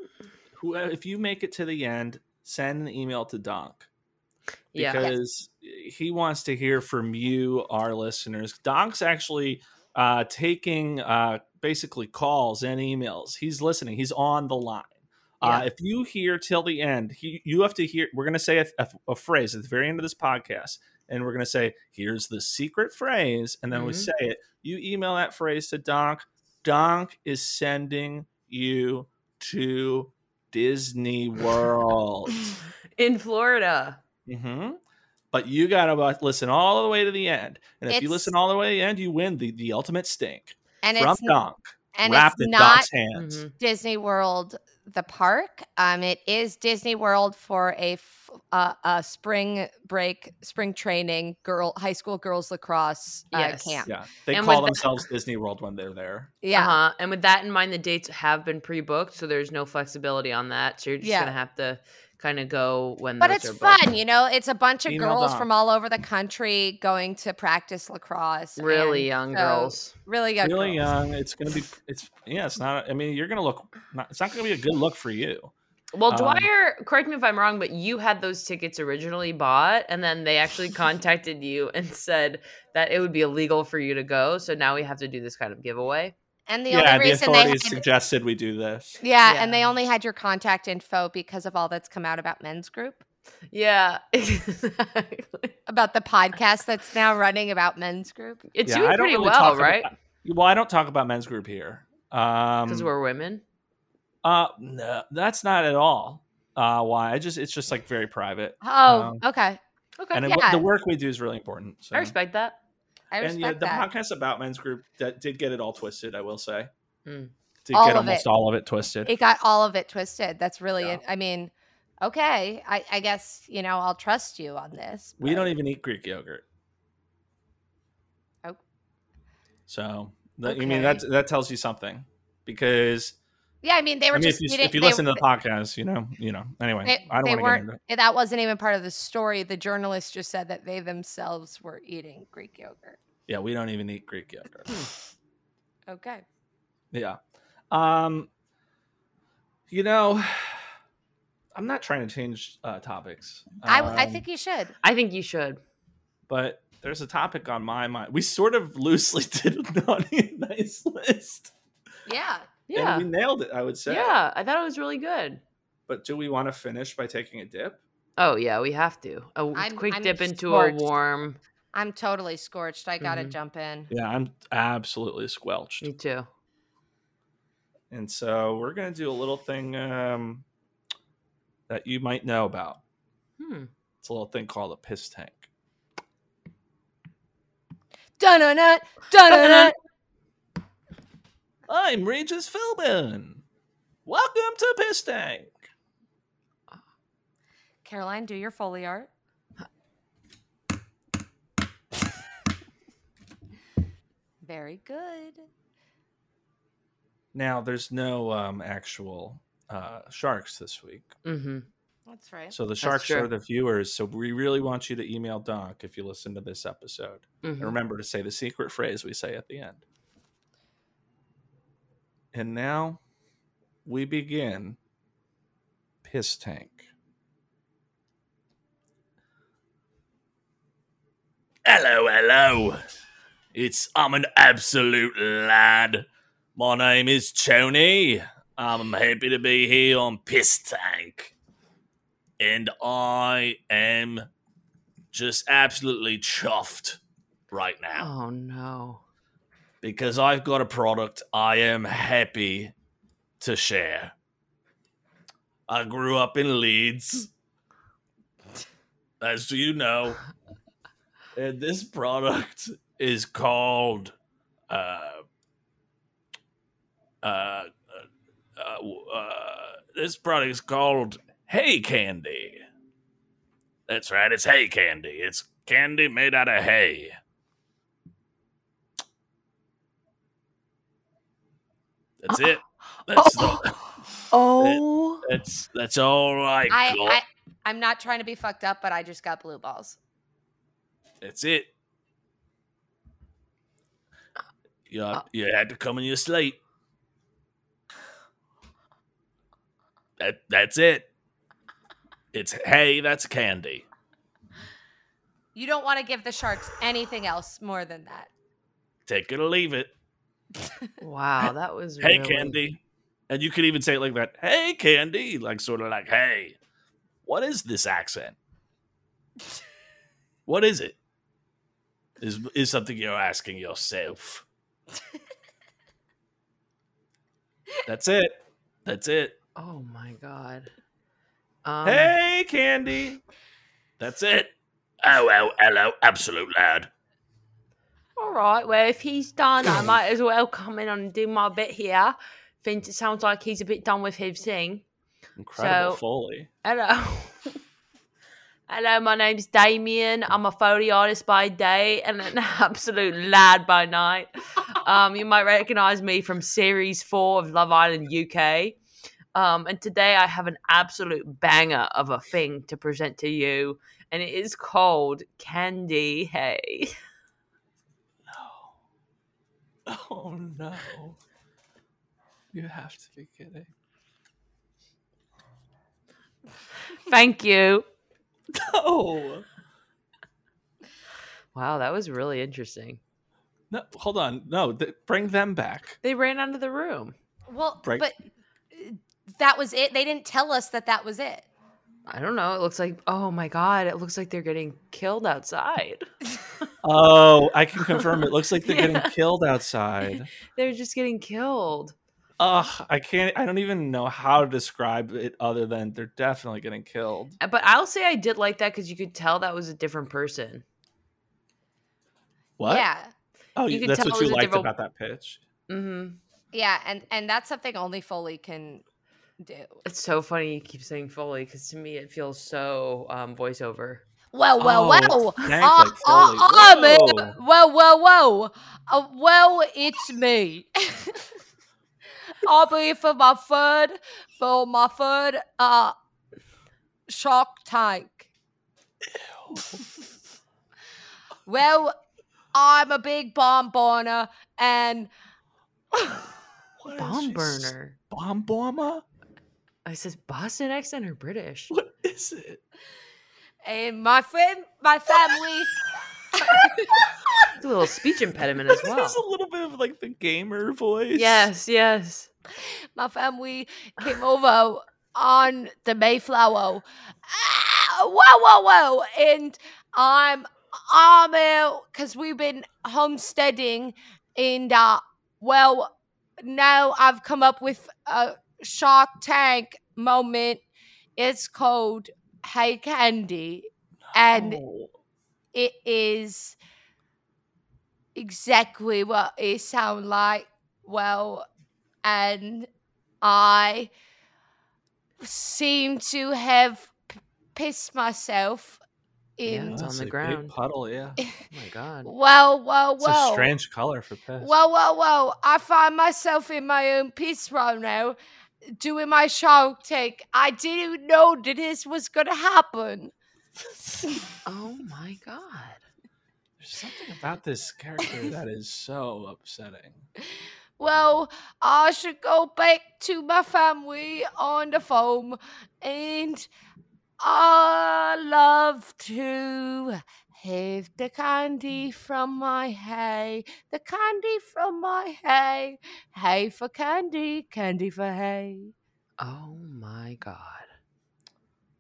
[SPEAKER 5] Who, if you make it to the end, send an email to Donk
[SPEAKER 3] Yeah.
[SPEAKER 5] because he wants to hear from you, our listeners. Donk's actually uh, taking uh, basically calls and emails. He's listening. He's on the line. Uh,
[SPEAKER 3] Yeah.
[SPEAKER 5] if you hear till the end, he, you have to hear. We're going to say a, a, a phrase at the very end of this podcast, and we're going to say, "Here's the secret phrase," and then we
[SPEAKER 3] Mhm.
[SPEAKER 5] say it. You email that phrase to Donk. Donk is sending you to Disney World.
[SPEAKER 3] In Florida.
[SPEAKER 5] Mm-hmm. But you gotta bu- listen all the way to the end, and if you
[SPEAKER 2] It's-
[SPEAKER 5] listen all the way to the end, you win the the ultimate stink
[SPEAKER 2] and
[SPEAKER 5] from
[SPEAKER 2] it's
[SPEAKER 5] Donk,
[SPEAKER 2] and it's
[SPEAKER 5] wrapped in
[SPEAKER 2] not Mm-hmm.
[SPEAKER 5] Donk's hands.
[SPEAKER 3] Mhm.
[SPEAKER 2] Disney World, the park. Um, it is Disney World for a f- uh, a spring break, spring training girl, high school girls lacrosse uh,
[SPEAKER 3] Yes.
[SPEAKER 2] camp.
[SPEAKER 5] Yeah, they
[SPEAKER 3] And
[SPEAKER 5] call
[SPEAKER 3] with that-
[SPEAKER 5] themselves Disney World when they're there.
[SPEAKER 2] Yeah,
[SPEAKER 3] Uh-huh. And with that in mind, the dates have been pre booked. So there's no flexibility on that. So you're just
[SPEAKER 2] Yeah.
[SPEAKER 3] going to have to kind of go when
[SPEAKER 2] But
[SPEAKER 3] those
[SPEAKER 2] it's
[SPEAKER 3] are
[SPEAKER 2] fun,
[SPEAKER 3] booked.
[SPEAKER 2] you know. It's a bunch of
[SPEAKER 5] Female
[SPEAKER 2] girls
[SPEAKER 5] dom.
[SPEAKER 2] from all over the country going to practice lacrosse. and
[SPEAKER 3] Really young
[SPEAKER 2] so-
[SPEAKER 3] girls.
[SPEAKER 2] really young,
[SPEAKER 5] really
[SPEAKER 2] girls.
[SPEAKER 5] young. It's gonna be. It's yeah. It's not. I mean, you're gonna look. Not, it's not gonna be a good look for you.
[SPEAKER 3] Well,
[SPEAKER 5] Um,
[SPEAKER 3] Dwyer, correct me if I'm wrong, but you had those tickets originally bought, and then they actually contacted you and said that it would be illegal for you to go. So now we have to do this kind of giveaway.
[SPEAKER 2] And the
[SPEAKER 5] yeah,
[SPEAKER 2] only
[SPEAKER 5] the
[SPEAKER 2] reason they
[SPEAKER 5] authorities
[SPEAKER 2] had,
[SPEAKER 5] suggested we do this.
[SPEAKER 2] yeah, and
[SPEAKER 3] Yeah.
[SPEAKER 2] they only had your contact info because of all that's come out about men's group,
[SPEAKER 3] Yeah, exactly.
[SPEAKER 2] about the podcast that's now running about men's group.
[SPEAKER 3] It's
[SPEAKER 5] Yeah, I
[SPEAKER 3] doing
[SPEAKER 5] don't
[SPEAKER 3] pretty
[SPEAKER 5] really
[SPEAKER 3] well,
[SPEAKER 5] talk about-
[SPEAKER 3] right?
[SPEAKER 5] Well, I don't talk about men's group here. Um,
[SPEAKER 3] Because we're women.
[SPEAKER 5] uh, no, that's not at all. Uh, why? I just it's just like very private,
[SPEAKER 2] Oh,
[SPEAKER 5] Um,
[SPEAKER 2] okay.
[SPEAKER 3] Okay,
[SPEAKER 5] and it-
[SPEAKER 2] yeah.
[SPEAKER 5] the work we do is really important. So.
[SPEAKER 3] I respect that.
[SPEAKER 2] I respect
[SPEAKER 5] and yeah, the
[SPEAKER 2] that.
[SPEAKER 5] podcast about men's group that did get it all twisted. I will say,
[SPEAKER 3] Hmm.
[SPEAKER 5] did
[SPEAKER 2] Mm. All
[SPEAKER 5] get
[SPEAKER 2] of
[SPEAKER 5] almost
[SPEAKER 2] it.
[SPEAKER 5] all of it twisted.
[SPEAKER 2] it got all of it twisted. That's really
[SPEAKER 5] Yeah.
[SPEAKER 2] it. I mean, okay. I, I guess, you know, I'll trust you on this.
[SPEAKER 5] we
[SPEAKER 2] but-
[SPEAKER 5] don't even eat Greek yogurt.
[SPEAKER 2] Oh.
[SPEAKER 5] So that, you mean
[SPEAKER 2] Okay.
[SPEAKER 5] that that tells you something because
[SPEAKER 2] Yeah, I mean they
[SPEAKER 5] I
[SPEAKER 2] were
[SPEAKER 5] mean,
[SPEAKER 2] just
[SPEAKER 5] if you,
[SPEAKER 2] didn't-
[SPEAKER 5] if you
[SPEAKER 2] they-
[SPEAKER 5] listen to the podcast, you know, you know. Anyway,
[SPEAKER 2] they,
[SPEAKER 5] I
[SPEAKER 2] they
[SPEAKER 5] don't want to get
[SPEAKER 2] weren't
[SPEAKER 5] into it.
[SPEAKER 2] and that wasn't even part of the story. The journalist just said that they themselves were eating Greek yogurt.
[SPEAKER 5] Yeah, we don't even eat Greek yogurt.
[SPEAKER 2] Okay.
[SPEAKER 5] yeah. Um. You know, I'm not trying to change uh, topics.
[SPEAKER 2] I I
[SPEAKER 5] Um,
[SPEAKER 2] think you should.
[SPEAKER 3] I think you should.
[SPEAKER 5] but there's a topic on my mind. We sort of loosely did a naughty and nice list,
[SPEAKER 2] Yeah.
[SPEAKER 3] Yeah.
[SPEAKER 5] and we nailed it. I would say.
[SPEAKER 3] yeah, I thought it was really good.
[SPEAKER 5] But do we want to finish by taking a dip?
[SPEAKER 3] Oh, yeah, we have to. A w-
[SPEAKER 2] I'm-
[SPEAKER 3] quick
[SPEAKER 2] I'm
[SPEAKER 3] dip into
[SPEAKER 2] scorched.
[SPEAKER 3] a warm.
[SPEAKER 2] I'm totally scorched. I gotta
[SPEAKER 3] Mhm.
[SPEAKER 2] jump in.
[SPEAKER 5] Mm-hmm. Yeah, I'm absolutely squelched.
[SPEAKER 3] Me too.
[SPEAKER 5] Mm. And so we're gonna do a little thing um, that you might know about.
[SPEAKER 3] Hmm.
[SPEAKER 5] It's a little thing called a piss tank.
[SPEAKER 2] Dun dun dun dun dun.
[SPEAKER 5] I'm Regis Philbin. Welcome to Piss Tank.
[SPEAKER 2] Caroline, do your foley art. Very good.
[SPEAKER 5] Now, there's no um, actual uh, sharks this week.
[SPEAKER 3] Mm-hmm.
[SPEAKER 2] That's right.
[SPEAKER 5] So the sharks
[SPEAKER 3] true.
[SPEAKER 5] are the viewers. So we really want you to email Doc if you listen to this episode. And
[SPEAKER 3] hmm
[SPEAKER 5] remember to say the secret phrase we say at the end. And now we begin Piss Tank.
[SPEAKER 1] Hello, hello. It's I'm an absolute lad. My name is Tony. I'm happy to be here on Piss Tank. And I am just absolutely chuffed right now
[SPEAKER 3] Oh, no.
[SPEAKER 1] because I've got a product I am happy to share. I grew up in Leeds, as you know, and this product is called uh, uh, uh, uh, uh, this product is called hay candy. That's right, it's hay candy. It's candy made out of hay. That's it. That's the-
[SPEAKER 3] Oh.
[SPEAKER 1] that's that's all I
[SPEAKER 2] I,
[SPEAKER 1] got.
[SPEAKER 2] I I'm not trying to be fucked up, but I just got blue balls.
[SPEAKER 1] that's it. You, had- you had to come in your slate. That that's it. It's hey, that's candy.
[SPEAKER 2] You don't want to give the sharks anything else more than that.
[SPEAKER 1] Take it or leave it.
[SPEAKER 3] Wow, that was
[SPEAKER 1] Hey,
[SPEAKER 3] really-
[SPEAKER 1] candy. And you could even say it like that. Hey, candy. Like sort of like, hey, what is this accent? what is it? Is is something you're asking yourself? That's it. That's it.
[SPEAKER 3] Oh my god. Um,
[SPEAKER 5] hey, Candy.
[SPEAKER 1] That's it. Oh, oh, hello, absolute lad.
[SPEAKER 3] All right. Well, if he's done, I might as well come in and do my bit here. Think it sounds like he's a bit done with his thing.
[SPEAKER 5] Incredible
[SPEAKER 3] So-
[SPEAKER 5] Foley.
[SPEAKER 3] Hello. Hello, my name's Damien. I'm a Foley artist by day and an absolute lad by night. Um, you might recognize me from series four of Love Island UK. Um, and today I have an absolute banger of a thing to present to you, and it is called Candy Hay.
[SPEAKER 5] Oh no. You have to be kidding.
[SPEAKER 3] Thank you.
[SPEAKER 5] No.
[SPEAKER 3] Wow, that was really interesting.
[SPEAKER 5] No, hold on. No, th- bring them back.
[SPEAKER 3] They ran out of the room.
[SPEAKER 2] Well,
[SPEAKER 5] Break-
[SPEAKER 2] but uh, that was it. They didn't tell us that that was it.
[SPEAKER 3] I don't know. It looks like, oh my God, it looks like they're getting killed outside.
[SPEAKER 5] Oh, I can confirm. It looks like they're
[SPEAKER 3] Yeah.
[SPEAKER 5] getting killed outside.
[SPEAKER 3] They're just getting killed.
[SPEAKER 5] Ugh, I can't. I don't even know how to describe it other than they're definitely getting killed.
[SPEAKER 3] Uh, But I'll say I did like that because you could tell that was a different person.
[SPEAKER 5] What?
[SPEAKER 2] Yeah.
[SPEAKER 5] Oh,
[SPEAKER 3] You
[SPEAKER 5] you
[SPEAKER 3] could
[SPEAKER 5] that's
[SPEAKER 3] tell
[SPEAKER 5] what
[SPEAKER 3] it
[SPEAKER 5] you
[SPEAKER 3] was a
[SPEAKER 5] liked
[SPEAKER 3] different-
[SPEAKER 5] about that pitch.
[SPEAKER 3] hmm
[SPEAKER 5] Mm-hmm.
[SPEAKER 2] Yeah, and and that's something only Foley can do.
[SPEAKER 3] It's so funny you keep saying Foley because to me it feels so um, voiceover.
[SPEAKER 2] Well, well,
[SPEAKER 5] Oh,
[SPEAKER 2] well.
[SPEAKER 5] thank
[SPEAKER 2] Ah,
[SPEAKER 5] you,
[SPEAKER 2] ah,
[SPEAKER 5] Foley.
[SPEAKER 2] ah, man.
[SPEAKER 5] Whoa.
[SPEAKER 2] Well, well, well. Uh, well, it's me. I'll be for my third, for my third, uh, Shark Tank. well, I'm a big bomb burner, and
[SPEAKER 5] What is
[SPEAKER 3] Bomb
[SPEAKER 5] she,
[SPEAKER 3] burner.
[SPEAKER 5] Bomb bomber.
[SPEAKER 3] I says Boston accent or British?
[SPEAKER 5] What is it?
[SPEAKER 2] and my friend, my family.
[SPEAKER 3] It's a little speech impediment as
[SPEAKER 5] There's a
[SPEAKER 3] well.
[SPEAKER 5] little bit of like the gamer voice.
[SPEAKER 3] Yes, yes.
[SPEAKER 2] my family came over on the Mayflower. Ah, whoa, whoa, whoa! And I'm I'm out because we've been homesteading, and uh, well, now I've come up with a Shark Tank moment. It's called Hey Candy, and
[SPEAKER 5] Oh.
[SPEAKER 2] it is exactly what it sound like. Well, and I seem to have p- pissed myself
[SPEAKER 3] Yeah,
[SPEAKER 2] in.
[SPEAKER 3] it's on the
[SPEAKER 5] Oh, a big
[SPEAKER 3] ground.
[SPEAKER 5] puddle, yeah.
[SPEAKER 3] Oh my God.
[SPEAKER 2] Well, well,
[SPEAKER 5] It's
[SPEAKER 2] well.
[SPEAKER 5] a strange color for piss.
[SPEAKER 2] Whoa, whoa, whoa. I find myself in my own piss right now doing my shark take. I didn't know that this was going to happen.
[SPEAKER 3] Oh my God.
[SPEAKER 5] There's something about this character that is so upsetting.
[SPEAKER 2] Well, I should go back to my family on the farm, and I love to have the candy from my hay, the candy from my hay, hay for candy, candy for hay.
[SPEAKER 3] Oh my God.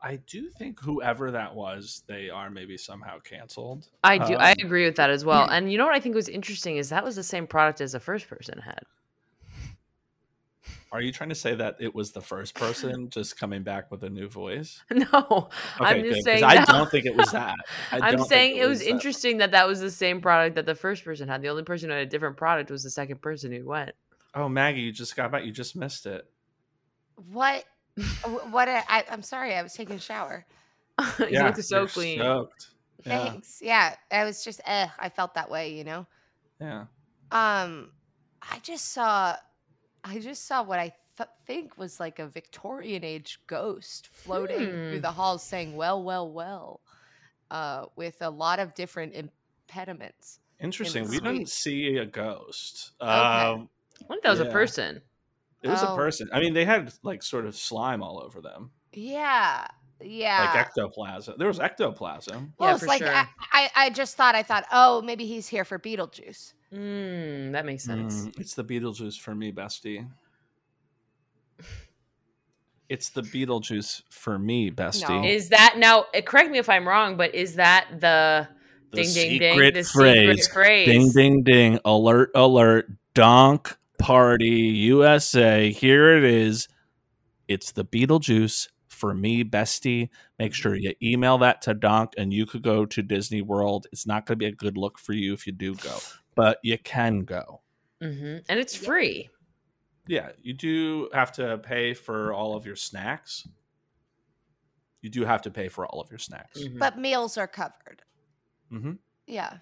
[SPEAKER 5] I do think whoever that was, they are maybe somehow canceled.
[SPEAKER 3] I do. I
[SPEAKER 5] Um,
[SPEAKER 3] agree with that as well. And you know what I think was interesting is that was the same product as the first person had.
[SPEAKER 5] Are you trying to say that it was the first person just coming back with a new voice?
[SPEAKER 3] No, I'm
[SPEAKER 5] good,
[SPEAKER 3] just
[SPEAKER 5] 'cause
[SPEAKER 3] saying.
[SPEAKER 5] I
[SPEAKER 3] that-
[SPEAKER 5] don't think it was that. I don't
[SPEAKER 3] I'm
[SPEAKER 5] think
[SPEAKER 3] saying it was,
[SPEAKER 5] that.
[SPEAKER 3] interesting that that was the same product that the first person had. The only person who had a different product was the second person who went.
[SPEAKER 5] Oh, Maggie, you just got back. You just missed it.
[SPEAKER 2] What? wh- what? A, I, I'm sorry, I was taking a shower.
[SPEAKER 3] you looked so
[SPEAKER 5] you're
[SPEAKER 3] clean.
[SPEAKER 5] soaked. Yeah,
[SPEAKER 2] Thanks. Yeah, I was just, eh, I felt that way, you know?
[SPEAKER 5] yeah.
[SPEAKER 2] Um, I just saw, I just saw what I th- think was like a Victorian age ghost floating through
[SPEAKER 3] Hmm.
[SPEAKER 2] the halls, saying "Well, well, well," uh, with a lot of different impediments.
[SPEAKER 5] Interesting.
[SPEAKER 2] was
[SPEAKER 5] We
[SPEAKER 2] sweet.
[SPEAKER 5] didn't see a ghost.
[SPEAKER 2] Okay.
[SPEAKER 5] Um,
[SPEAKER 3] I think that was a
[SPEAKER 5] Yeah.
[SPEAKER 3] person.
[SPEAKER 5] it was
[SPEAKER 2] Oh.
[SPEAKER 5] a person. I mean, they had like sort of slime all over them,
[SPEAKER 2] Yeah, yeah.
[SPEAKER 5] like ectoplasm. There was ectoplasm.
[SPEAKER 2] well,
[SPEAKER 3] Yeah,
[SPEAKER 2] it's
[SPEAKER 3] for
[SPEAKER 2] like I,
[SPEAKER 3] sure.
[SPEAKER 2] I, I just thought I thought, oh, maybe he's here for Beetlejuice.
[SPEAKER 3] Mm, that makes sense.
[SPEAKER 5] Mm, it's the Beetlejuice for me, bestie. It's the Beetlejuice for me, bestie.
[SPEAKER 2] No.
[SPEAKER 3] Is that now? eh, Correct me if I'm wrong, but is that the,
[SPEAKER 1] The
[SPEAKER 3] ding ding ding
[SPEAKER 1] secret
[SPEAKER 3] the
[SPEAKER 1] phrase.
[SPEAKER 3] secret phrase?
[SPEAKER 6] Ding ding ding! Alert alert! Donk party USA! Here it is. It's the Beetlejuice for me, bestie. Make sure you email that to Donk, and you could go to Disney World. It's not going to be a good look for you if you do go, but you can go.
[SPEAKER 3] hmm And it's
[SPEAKER 2] Yeah.
[SPEAKER 3] free.
[SPEAKER 5] Yeah, you do have to pay for all of your snacks. You do have
[SPEAKER 3] Mm-hmm.
[SPEAKER 5] Hmm. to pay for all of your snacks.
[SPEAKER 3] Mhm.
[SPEAKER 5] Mm-hmm.
[SPEAKER 2] But meals are covered.
[SPEAKER 5] hmm
[SPEAKER 2] Yeah.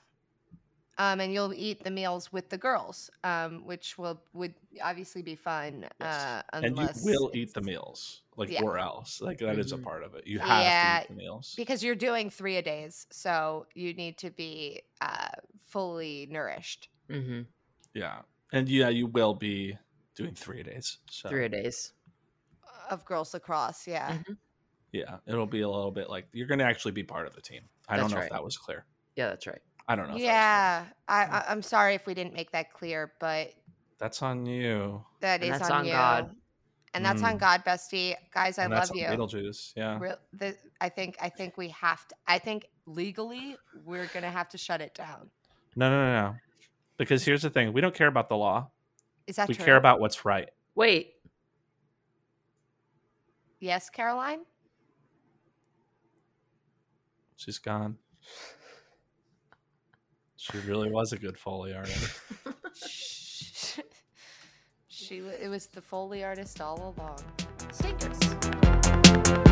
[SPEAKER 2] um, and you'll eat the meals with the girls, um, which will would obviously be fun.
[SPEAKER 5] Yes.
[SPEAKER 2] Uh,
[SPEAKER 5] and you
[SPEAKER 2] unless
[SPEAKER 5] will eat
[SPEAKER 2] it's-
[SPEAKER 5] the meals, like
[SPEAKER 2] Yeah. Mm-hmm.
[SPEAKER 5] or else, like that is a
[SPEAKER 3] Mhm.
[SPEAKER 5] part of it. You have
[SPEAKER 2] Yeah,
[SPEAKER 5] to eat the meals.
[SPEAKER 2] because you're doing three a days, so you need to be uh, fully nourished.
[SPEAKER 3] Mm-hmm.
[SPEAKER 5] yeah, and yeah, you will be doing three days. So
[SPEAKER 3] Three days.
[SPEAKER 2] Of girls lacrosse,
[SPEAKER 5] Mm-hmm.
[SPEAKER 2] yeah.
[SPEAKER 3] Mhm.
[SPEAKER 5] yeah, it'll be a little bit like you're going to actually be part of the team. I don't
[SPEAKER 3] That's
[SPEAKER 5] know if
[SPEAKER 3] right.
[SPEAKER 5] that was clear.
[SPEAKER 3] Yeah, that's right.
[SPEAKER 5] I don't know. if that was Hmm. clear.
[SPEAKER 2] Yeah, I, I, I'm sorry if we didn't make that clear, but
[SPEAKER 5] that's on you.
[SPEAKER 2] that is
[SPEAKER 3] And that's
[SPEAKER 2] on,
[SPEAKER 3] on
[SPEAKER 2] you.
[SPEAKER 3] God.
[SPEAKER 2] And that's on
[SPEAKER 5] Mm.
[SPEAKER 2] God, bestie. Guys, I
[SPEAKER 5] and
[SPEAKER 2] love
[SPEAKER 5] that's on
[SPEAKER 2] you.
[SPEAKER 5] Beetlejuice. Yeah.
[SPEAKER 2] Real, the, I think I think we have to. I think legally we're gonna have to shut it down.
[SPEAKER 5] No, no, no, no. Because here's the thing: we don't care about the law.
[SPEAKER 2] Is that
[SPEAKER 5] we
[SPEAKER 2] true?
[SPEAKER 5] care about what's right.
[SPEAKER 3] Wait,
[SPEAKER 2] yes, Caroline.
[SPEAKER 5] She's gone. She really was a good foley artist.
[SPEAKER 2] Shh. she wa- it was the foley artist all along.
[SPEAKER 4] Stinkers.